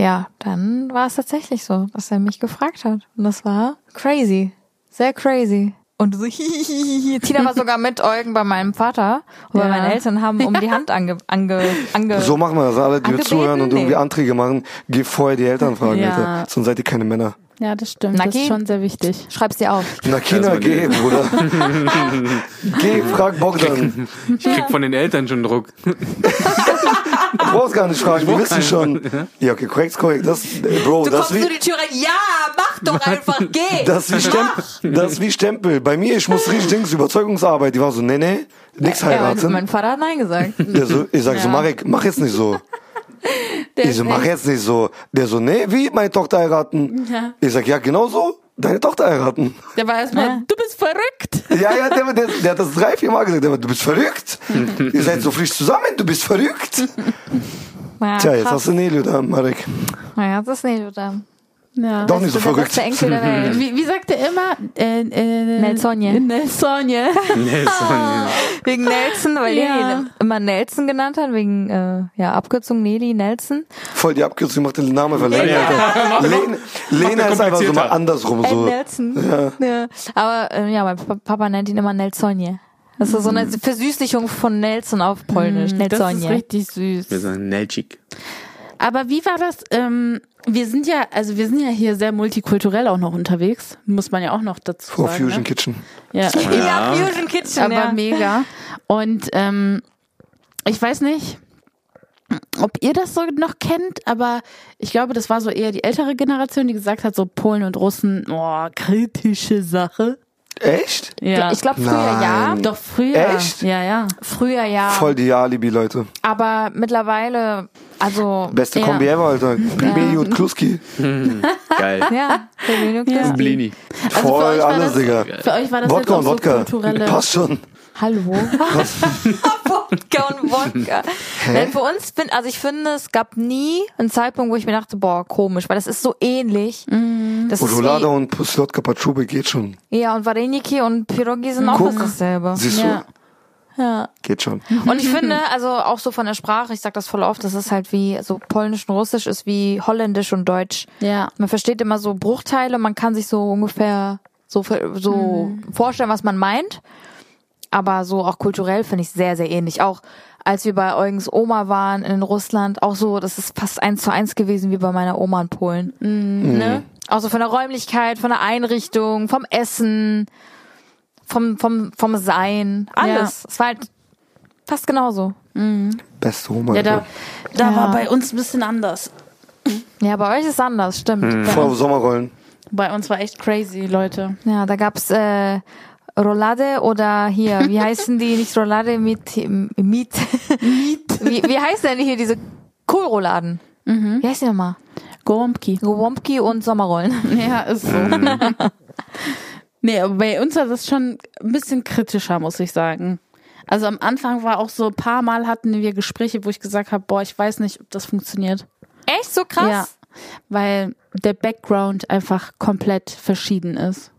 ja, dann war es tatsächlich so, dass er mich gefragt hat. Und das war crazy. Sehr crazy. Und so, hihihihi. Tina war sogar mit Eugen bei meinem Vater. Und bei
Ja.
meinen Eltern haben um die Hand ange, ange, ange
So machen wir das. Alle, die wir
Angebeten?
zuhören und irgendwie
Nee.
Anträge machen, geh vorher die Eltern fragen,
Ja.
Alter. Sonst seid ihr keine Männer.
ja, das stimmt. Das
Nagi?
ist schon sehr wichtig.
Schreib's dir auf.
Na, China,
Erstmal
geh,
gehen.
Bruder. geh, frag Bogdan.
Ich krieg von den Eltern schon Druck.
Du brauchst gar nicht fragen, wir
brauch
wissen schon. Ja, okay, korrekt, korrekt. Das, äh, Bro,
Du
das
kommst
wie,
durch die Tür rein. Ja, mach doch einfach, geh!
das wie Stempel. Das wie Stempel. Bei mir, ich muss richtig Dings, Überzeugungsarbeit. Die war so, nee, nee, nix
ja, mein-
heiraten.
mein Vater hat Nein gesagt.
Der so, ich sag so, Marek, mach jetzt nicht so. ich so, mach jetzt nicht so. Der so, nee, wie meine Tochter heiraten? Ich sag, ja, genau so, deine Tochter heiraten.
Der war erstmal, du bist verrückt.
Ja, ja, der, der, der hat das drei, vier Mal gesagt. Der war, du bist verrückt. Ihr seid so frisch zusammen, du bist verrückt.
Ja,
Tja, jetzt
Ah, krass.
hast du Nelio da, Marek.
Ja, das ist nicht, oder?
Ja.
Doch nicht so
Das ist der
verrückt.
beste Enkel der Welt.
Äh, Wie, wie sagt er immer? Äh, äh,
Nelsonje.
Nelsonje.
Nee, Sonja.
Wegen Nelson, weil
Ja.
der ihn immer Nelson genannt hat, wegen äh, ja, Abkürzung Nelly Nelson.
Voll die Abkürzung macht den Namen verlängert. Alter. Lena, Lena ist einfach so mal andersrum.
Ed
So.
Nelson. Ja. Aber äh, ja, mein Pa- Papa nennt ihn immer Nelsonje. Das ist so eine
Mhm.
Versüßlichung von Nelson auf Polnisch.
Das ist
Nelsonje.
richtig süß.
Wir sagen Nelchik.
Aber wie war das? Ähm, wir sind ja, also wir sind ja hier sehr multikulturell auch noch unterwegs, muss man ja auch noch dazu
Vor
sagen.
Fusion
ne?
Kitchen.
Ja,
Ja, Fusion Kitchen.
aber
ja.
mega. Und ähm, ich weiß nicht, ob ihr das so noch kennt, aber ich glaube, das war so eher die ältere Generation, die gesagt hat, so Polen und Russen, oh, kritische Sache.
Echt?
Ja.
Ich glaube früher ja.
Nein.
doch früher.
Hm. Echt?
Ja, ja.
Früher ja.
Voll die Alibi-Leute.
Aber mittlerweile, also
Beste
Ja. Also
Kombi ever, Alter. Bibi und Kluski.
Geil.
ja, Communio Christi.
Blini.
für
Voll
euch war
alles,
das-
Digga.
Für euch war das jetzt
Wodka
auch
und
so
Wodka.
kulturelle.
Passt schon.
Hallo. Wodka und Wodka. Denn für uns, bin, also ich finde, es gab nie einen Zeitpunkt, wo ich mir dachte, boah, komisch, weil das ist so ähnlich. Das
Und
ist
Rolada
wie,
und Puslotka Pachube geht schon.
ja, und Vareniki und Pirogi sind auch
Guck.
das dasselbe.
Siehst du?
Ja.
Geht schon.
Und ich finde, also auch so von der Sprache, ich sag das voll oft, das ist halt wie, so Polnisch und Russisch ist wie Holländisch und Deutsch.
Ja.
Man versteht immer so Bruchteile, man kann sich so ungefähr so, ver- so vorstellen, was man meint. Aber so auch kulturell finde ich sehr, sehr ähnlich. Auch als wir bei Eugens Oma waren in Russland, auch so, das ist fast eins zu eins gewesen wie bei meiner Oma in Polen. Ne? Also von der Räumlichkeit, von der Einrichtung, vom Essen, vom, vom, vom Sein, alles. Es war halt fast genauso.
Beste Humor.
Ja, da, da
Ja.
war bei uns ein bisschen anders.
Ja, bei euch ist anders, stimmt.
Vor Sommerrollen.
Bei uns war echt crazy, Leute.
Ja, da gab's äh, Roulade oder hier, wie heißen die nicht Roulade mit Miet? Miet. Wie, wie heißen denn hier diese Kohlrouladen? Wie heißt die nochmal?
Gormki.
Gewomki und Sommerrollen.
Ja, ist so.
Hm.
nee, aber bei uns war das schon ein bisschen kritischer, muss ich sagen. Also am Anfang war auch so, ein paar Mal hatten wir Gespräche, wo ich gesagt habe, boah, ich weiß nicht, ob das funktioniert.
Echt so krass?
Ja. Weil der Background einfach komplett verschieden ist.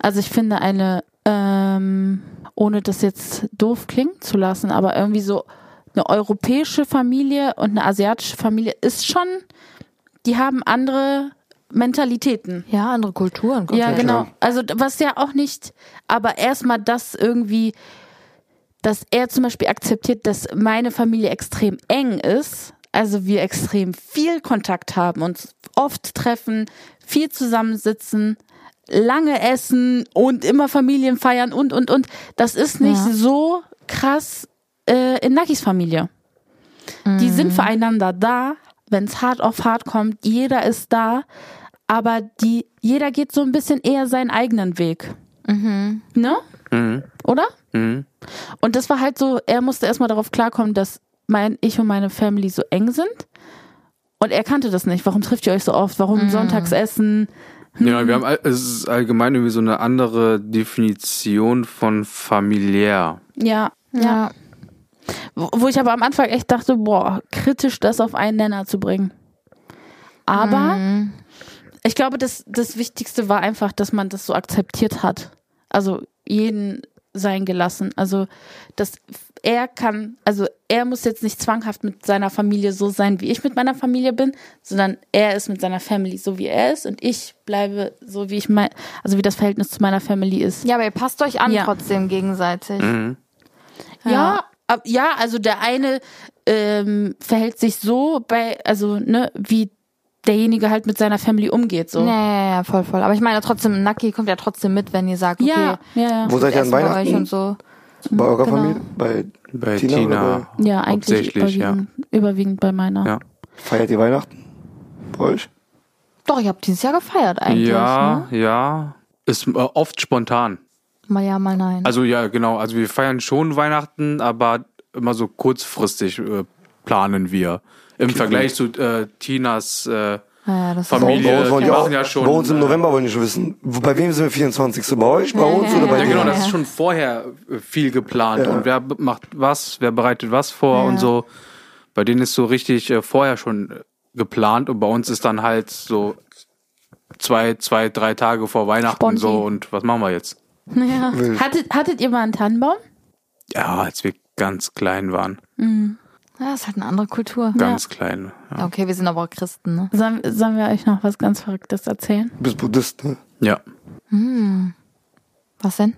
Also ich finde eine, ähm, ohne das jetzt doof klingen zu lassen, aber irgendwie so eine europäische Familie und eine asiatische Familie ist schon, die haben andere Mentalitäten.
Ja, andere Kulturen.
Ja,
komplett.
genau. Also d- was ja auch nicht, aber erstmal das irgendwie, dass er zum Beispiel akzeptiert, dass meine Familie extrem eng ist, also wir extrem viel Kontakt haben, uns oft treffen, viel zusammensitzen, lange essen und immer Familienfeiern und und und. Das ist nicht
Ja.
so krass äh, in Nakis Familie. Die sind füreinander da, wenn's hart auf hart kommt, jeder ist da, aber die, jeder geht so ein bisschen eher seinen eigenen Weg. Ne? Oder?
Mhm.
Und das war halt so, er musste erstmal darauf klarkommen, dass mein, ich und meine Family so eng sind. Und er kannte das nicht. Warum trifft ihr euch so oft? Warum sonntags essen?
Ja, wir haben, all- es ist allgemein irgendwie so eine andere Definition von familiär.
Ja.
Ja.
Wo wo ich aber am Anfang echt dachte, boah, kritisch das auf einen Nenner zu bringen. Aber ich glaube, das, das Wichtigste war einfach, dass man das so akzeptiert hat. Also jeden sein gelassen. Also, dass er kann, also er muss jetzt nicht zwanghaft mit seiner Familie so sein, wie ich mit meiner Familie bin, sondern er ist mit seiner Family so, wie er ist und ich bleibe so, wie ich mein, also wie das Verhältnis zu meiner Family ist.
Ja, aber ihr passt euch an
Ja.
trotzdem gegenseitig.
Mhm.
Ja, ab- ja, also der eine ähm, verhält sich so bei, also ne, wie derjenige halt mit seiner Family umgeht, so.
Ja, ja, ja, voll, voll. Aber ich meine trotzdem, Naki kommt ja trotzdem mit, wenn ihr sagt, okay,
Ja, ja, ja.
Wo seid ihr an
essen bei euch
Weihnachten?
und so.
Bei eurer
Genau.
Familie? Bei,
Bei
Tina
Tina.
oder
Ja, eigentlich
Hauptsächlich, ja.
überwiegend, überwiegend bei meiner.
Ja.
feiert ihr Weihnachten? Bei euch?
Doch, ich habe dieses Jahr gefeiert eigentlich.
ja,
Ne?
ja. Ist äh, oft spontan.
Mal ja, mal nein.
Also ja, genau. Also wir feiern schon Weihnachten, aber immer so kurzfristig äh, planen wir. Im Vergleich zu äh, Tinas äh,
ja, das ist
Familie.
bei uns wollen
die
die
machen
auch,
ja schon,
bei uns im
äh,
November wollen die schon wissen. wo- Bei wem sind wir 24. Bei euch, bei uns oder bei
Ja,
dir?
genau, das ist schon vorher äh, viel geplant.
Ja.
Und wer b- macht was, wer bereitet was vor und so. Bei denen ist so richtig äh, vorher schon äh, geplant und bei uns ist dann halt so zwei, zwei, drei Tage vor Weihnachten
Sponti.
so und was machen wir jetzt?
Hattet, hattet ihr mal einen Tannenbaum?
Ja, als wir ganz klein waren.
Ja, ist halt eine andere Kultur.
Ganz klein. Ja.
Okay, wir sind aber auch Christen, ne?
Sollen, sollen wir euch noch was ganz Verrücktes erzählen?
Du bist Buddhist, ne?
ja.
Was denn?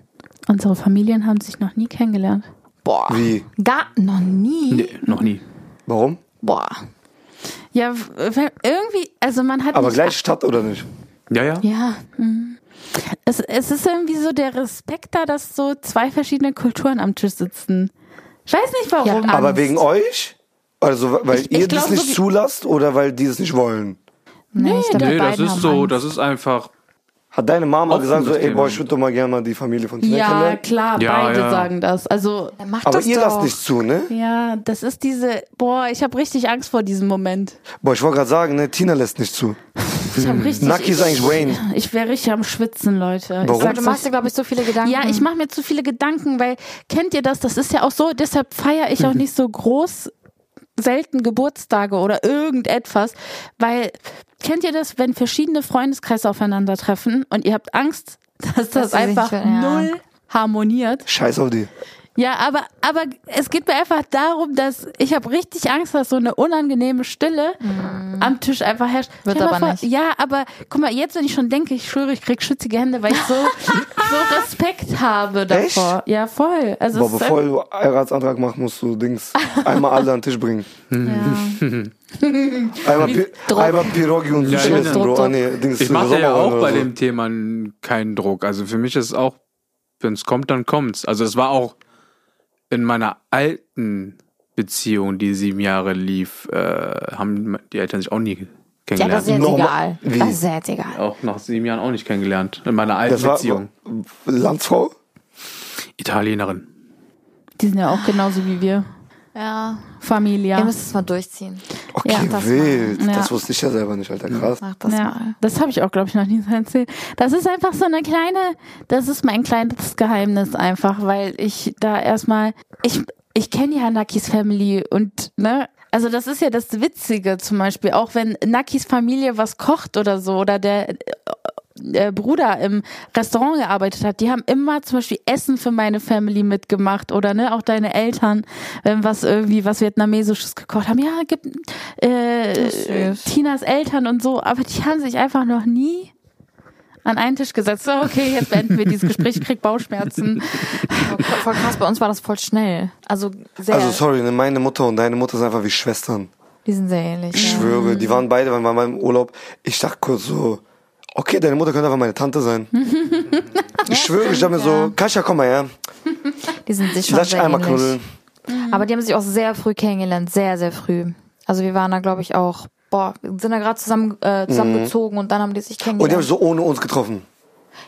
Unsere Familien haben sich noch nie kennengelernt.
Boah.
Wie?
Gar noch nie.
Nee, noch nie.
Warum?
Boah.
Ja, w- w- irgendwie, also man hat
Aber
nicht
gleich Stadt oder nicht?
Ja, ja.
Ja.
Es, es ist irgendwie so der Respekt da, dass so zwei verschiedene Kulturen am Tisch sitzen. Ich weiß nicht warum.
Ja,
Aber wegen euch? Also weil
Ich-
ihr
ich
das
glaub,
nicht
so wie-
zulasst oder weil die es nicht wollen?
Nee, ich glaub, die
Nee, das
beiden
ist
haben
so,
Angst.
das ist einfach.
Hat deine Mama
Offen
gesagt so,
das
ey,
Thema.
boah, ich würde doch mal gerne mal die Familie von Tina
ne?
Ja,
kennenlernen?
klar,
Ja,
beide
ja.
sagen das. Also,
Dann macht
Aber
das
ihr
doch.
lasst nicht zu, ne?
ja, das ist diese, boah, ich habe richtig Angst vor diesem Moment.
Boah, ich wollte gerade sagen, ne, Tina lässt nicht zu.
Ich hab richtig
Naki Mhm. ist eigentlich Wayne.
Ich wäre richtig am Schwitzen, Leute.
Warum?
Ich
Aber du
sag's
machst
euch.
dir, glaube ich, so viele Gedanken.
Ja, ich mache mir zu viele Gedanken, weil kennt ihr das? Das ist ja auch so, deshalb feiere ich auch nicht so groß selten Geburtstage oder irgendetwas, weil kennt ihr das, wenn verschiedene Freundeskreise aufeinandertreffen und ihr habt Angst, dass das
sie sich
einfach
ver- ja.
null harmoniert?
Scheiß auf die.
Ja, aber, aber es geht mir einfach darum, dass ich habe richtig Angst, dass so eine unangenehme Stille am Tisch einfach herrscht.
Mhm. Wird
Stell dir
aber
mal
nicht.
Ja, aber guck mal, jetzt, wenn ich schon denke, ich schwöre, ich krieg schützige Hände, weil ich so, so Respekt habe davor. Ja, voll. Also
Boah,
es ist
bevor du Heiratsantrag machst, musst du Dings einmal alle an den Tisch bringen. Einmal, Pi einmal Pirogi und Sushi
Ja,
essen,
genau.
Bro. Ah, nee, Dings
Ich mache ja
Sommerrollen
auch
oder
bei
so.
dem Thema n- keinen Druck. Also für mich ist auch, wenn es kommt, dann kommt's. Also es war auch in meiner alten Beziehung, die sieben Jahre lief, äh, haben die Eltern sich auch nie
Ja, das
kennengelernt.
ist jetzt
Norma-
egal.
Wie?
Das ist jetzt egal.
auch nach sieben Jahren auch nicht kennengelernt. In meiner alten
Das war
Beziehung.
Landsfrau?
Italienerin.
halt, Die sind ja auch genauso wie wir.
Ja. Ihr
Familia.
müsst es mal durchziehen.
Okay,
Ja,
das Mhm.
wild.
war-
Das
ja.
wusste ich ja selber nicht, Alter. Krass.
Macht das
Ja,
mal.
das habe ich auch, glaube ich, noch nie so erzählt. Das ist einfach so eine kleine, das ist mein kleines Geheimnis einfach, weil ich da erstmal, ich, ich kenne ja Nakis Family und, ne, also das ist ja das Witzige zum Beispiel, auch wenn Nakis Familie was kocht oder so oder der äh, Bruder im Restaurant gearbeitet hat, die haben immer zum Beispiel Essen für meine Family mitgemacht oder ne, auch deine Eltern, wenn was irgendwie was Vietnamesisches gekocht haben. Ja, gibt äh,
süß.
Tinas Eltern und so, aber die haben sich einfach noch nie an einen Tisch gesetzt. So, okay, jetzt beenden wir dieses Gespräch, ich krieg Bauchschmerzen.
Voll, voll krass, bei uns war das voll schnell. Also sehr.
Also sorry, ne, meine Mutter und deine Mutter sind einfach wie Schwestern.
die sind sehr ähnlich.
Ich
Ja.
schwöre, die waren beide, weil wir waren im Urlaub. Ich dachte kurz so, okay, deine Mutter könnte einfach meine Tante sein. ich schwöre, ich dachte mir so, Kascha, komm mal her.
Die sind sich schon
Lass dich
sehr
einmal
ähnlich.
knuddeln.
Mhm.
Aber die haben sich auch sehr früh kennengelernt, sehr, sehr früh. Also wir waren da, glaube ich, auch, boah, wir sind da gerade zusammen, äh, zusammengezogen und dann haben die sich
Mhm. Und die haben
kennengelernt.
sich so ohne uns getroffen.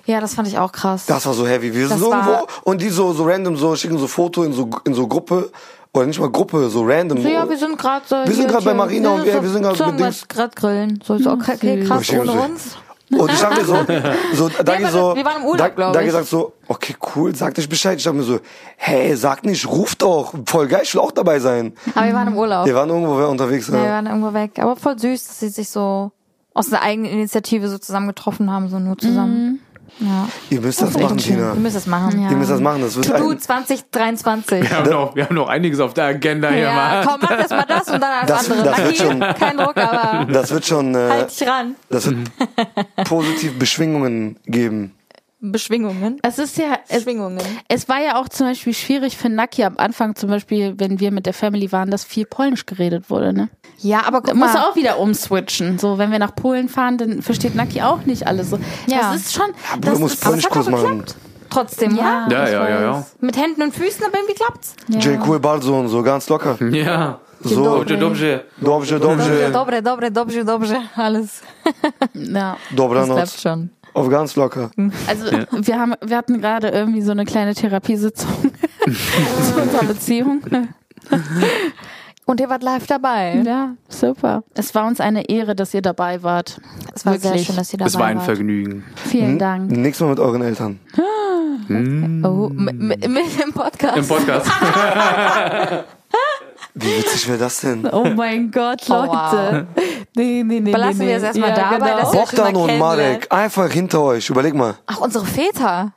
ja, das fand ich auch krass.
Das war so heavy. Wir
Das
sind irgendwo
war-
und die so, so random so schicken so Foto in so, in so Gruppe. Oder nicht mal Gruppe, so random.
so, ja, wir sind gerade so.
Wir sind gerade bei Marina und wir- wir sind gerade mit Dings.
gerade grillen. So, so okay, okay, krass,
Ich
ohne
so-
uns.
Und ich dachte mir so, so da
waren-
so,
wir waren im Urlaub,
da,
glaub
da
ich.
gesagt so, okay, cool, sag nicht Bescheid. Ich dachte mir so, hey, sag nicht, ruf doch, voll geil, ich will auch dabei sein.
Aber wir waren im Urlaub.
Wir waren irgendwo unterwegs.
Oh. Ja, wir
Ja.
waren irgendwo weg. Aber voll süß, dass sie sich so aus der eigenen Initiative so zusammengetroffen haben, so nur zusammen. Ja,
Ihr müsst das, machen, Tina.
Ihr müsst das machen.
Ihr müsst das machen. Das wird
To-Do
ein,
2023.
Wir haben, noch, wir haben noch einiges auf der Agenda hier,
Ja,
Mann.
komm, mach erst mal das und dann
Das-
das, andere.
das wird
Lucky,
schon.
Kein Druck, aber
das wird schon, äh,
halt dich ran.
das wird positiv Beschwingungen geben.
Beschwingungen.
Es ist ja, es,
Schwingungen.
Es war ja auch zum Beispiel schwierig für Naki am Anfang, zum Beispiel, wenn wir mit der Family waren, dass viel Polnisch geredet wurde. Ne?
Ja, aber
Da
guck
muss
mal.
auch wieder umswitchen. So, wenn wir nach Polen fahren, dann versteht Naki auch nicht alles. So,
Ja.
das ist schon.
Du
Das
musst
ist, aber es hat
Polnischkurs
doch
machen.
geklappt.
Trotzdem, ja.
Ja, ja, ja, ja.
Mit Händen und Füßen, aber irgendwie klappt's.
J. Cool Balzo und so, ganz locker.
Mhm.
Ja.
So,
Dobrze, dobrze.
dobrze,
Dobre,
dobrze,
dobre, dobre, dobre, dobre. Alles.
Ja.
dobranoc.
schon. Mhm.
Auf ganz locker.
Also wir haben, wir hatten gerade irgendwie so eine kleine Therapiesitzung zu unserer Beziehung.
Und ihr wart live dabei.
Ja, super. Es war uns eine Ehre, dass ihr dabei wart.
Es war sehr
Wirklich.
schön, dass ihr dabei
Es war ein
wart.
Vergnügen.
Mhm.
Vielen Dank.
Nächstes Mal mit euren Eltern.
Oh, mit, mit, mit dem Podcast.
Im Podcast.
Wie witzig wäre das denn?
Oh mein Gott,
Oh,
Leute. Nee, nee, nee. genau.
Belassen wir es erstmal dabei, dass wir-
Bogdan
mal
und Marek, einfach hinter euch. Überleg mal.
Ach, unsere Väter.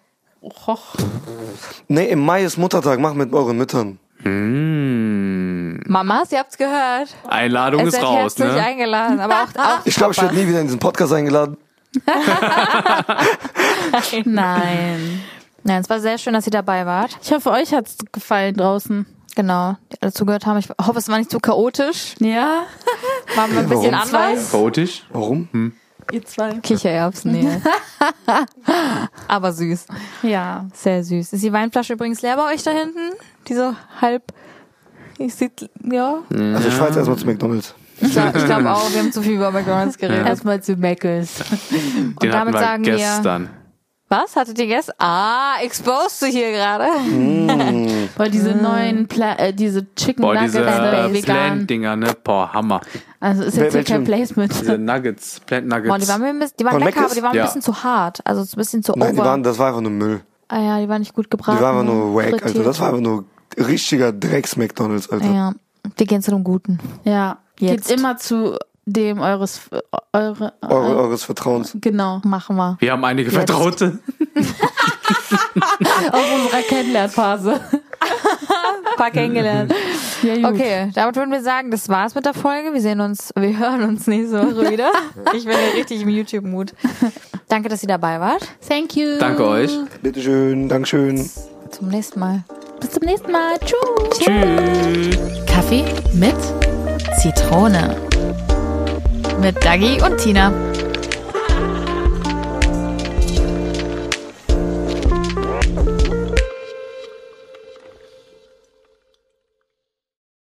Nee, im Mai ist Muttertag, macht mit euren Müttern.
Mamas, ihr habt's gehört.
Einladung
Ihr
ist
seid
raus,
herzlich
ne?
eingeladen. Aber auch, auch
Ich glaube, ich werde nie wieder in diesen Podcast eingeladen.
Nein.
Nein, es war sehr schön, dass ihr dabei wart.
Ich hoffe, euch hat's gefallen draußen.
Genau, die alle zugehört haben. Ich hoffe, es war nicht zu chaotisch.
Ja,
War ein bisschen
warum?
anders.
Chaotisch.
Warum?
ihr zwei.
Kichererbsen, nee. Aber süß.
Ja.
Sehr süß. Ist die Weinflasche übrigens leer bei euch da hinten? Diese halb. Ich sieht, ja.
Also ich fahre jetzt erstmal zu McDonalds.
Ich glaube glaub auch, wir haben zu viel über McDonalds geredet.
Erstmal zu Meckles.
Den hatten
damit
wir
sagen wir-
gestern.
Was? Hattet ihr gestern? Ah, exposed du hier gerade.
Boah,
Ah.
diese neuen, Pla äh, diese Chicken
Boah,
Nuggets,
diese
äh, vegan.
Plant-Dinger, ne? Boah, Hammer.
Also ist jetzt hier kein
Welchen?
Diese
Placement.
Nuggets,
Boah, die
Plant-Nuggets.
waren, mir ein bisschen, die waren
Von
lecker,
Mc's?
aber die waren
Ja.
ein bisschen zu hart. Also ein bisschen zu over.
Nein, die waren, das war einfach nur Müll.
ah ja, die waren nicht gut gebraten.
Die waren einfach nur wack,
frittiert.
Alter. Das war einfach nur richtiger Drecks-McDonalds, Alter.
Ja, wir gehen zu dem Guten.
Ja.
Jetzt. Oh.
Geht immer zu dem eures, äh, eure,
Eure, eures Vertrauens.
genau.
Machen wir.
Wir haben einige Vertraute.
Aus unserer Kennenlernphase.
paar kennengelernt.
Ja, gut.
Okay, damit würden wir sagen, das war's mit der Folge. Wir sehen uns, wir hören uns nächste Woche wieder. Ich bin ja richtig im YouTube-Mut. Danke, dass ihr dabei wart.
Thank you.
Danke euch.
Bitteschön, Dankeschön.
Zum nächsten Mal.
Bis zum nächsten Mal. Tschüss.
Tschüss.
Kaffee mit Zitrone. Mit Dagi und Tina.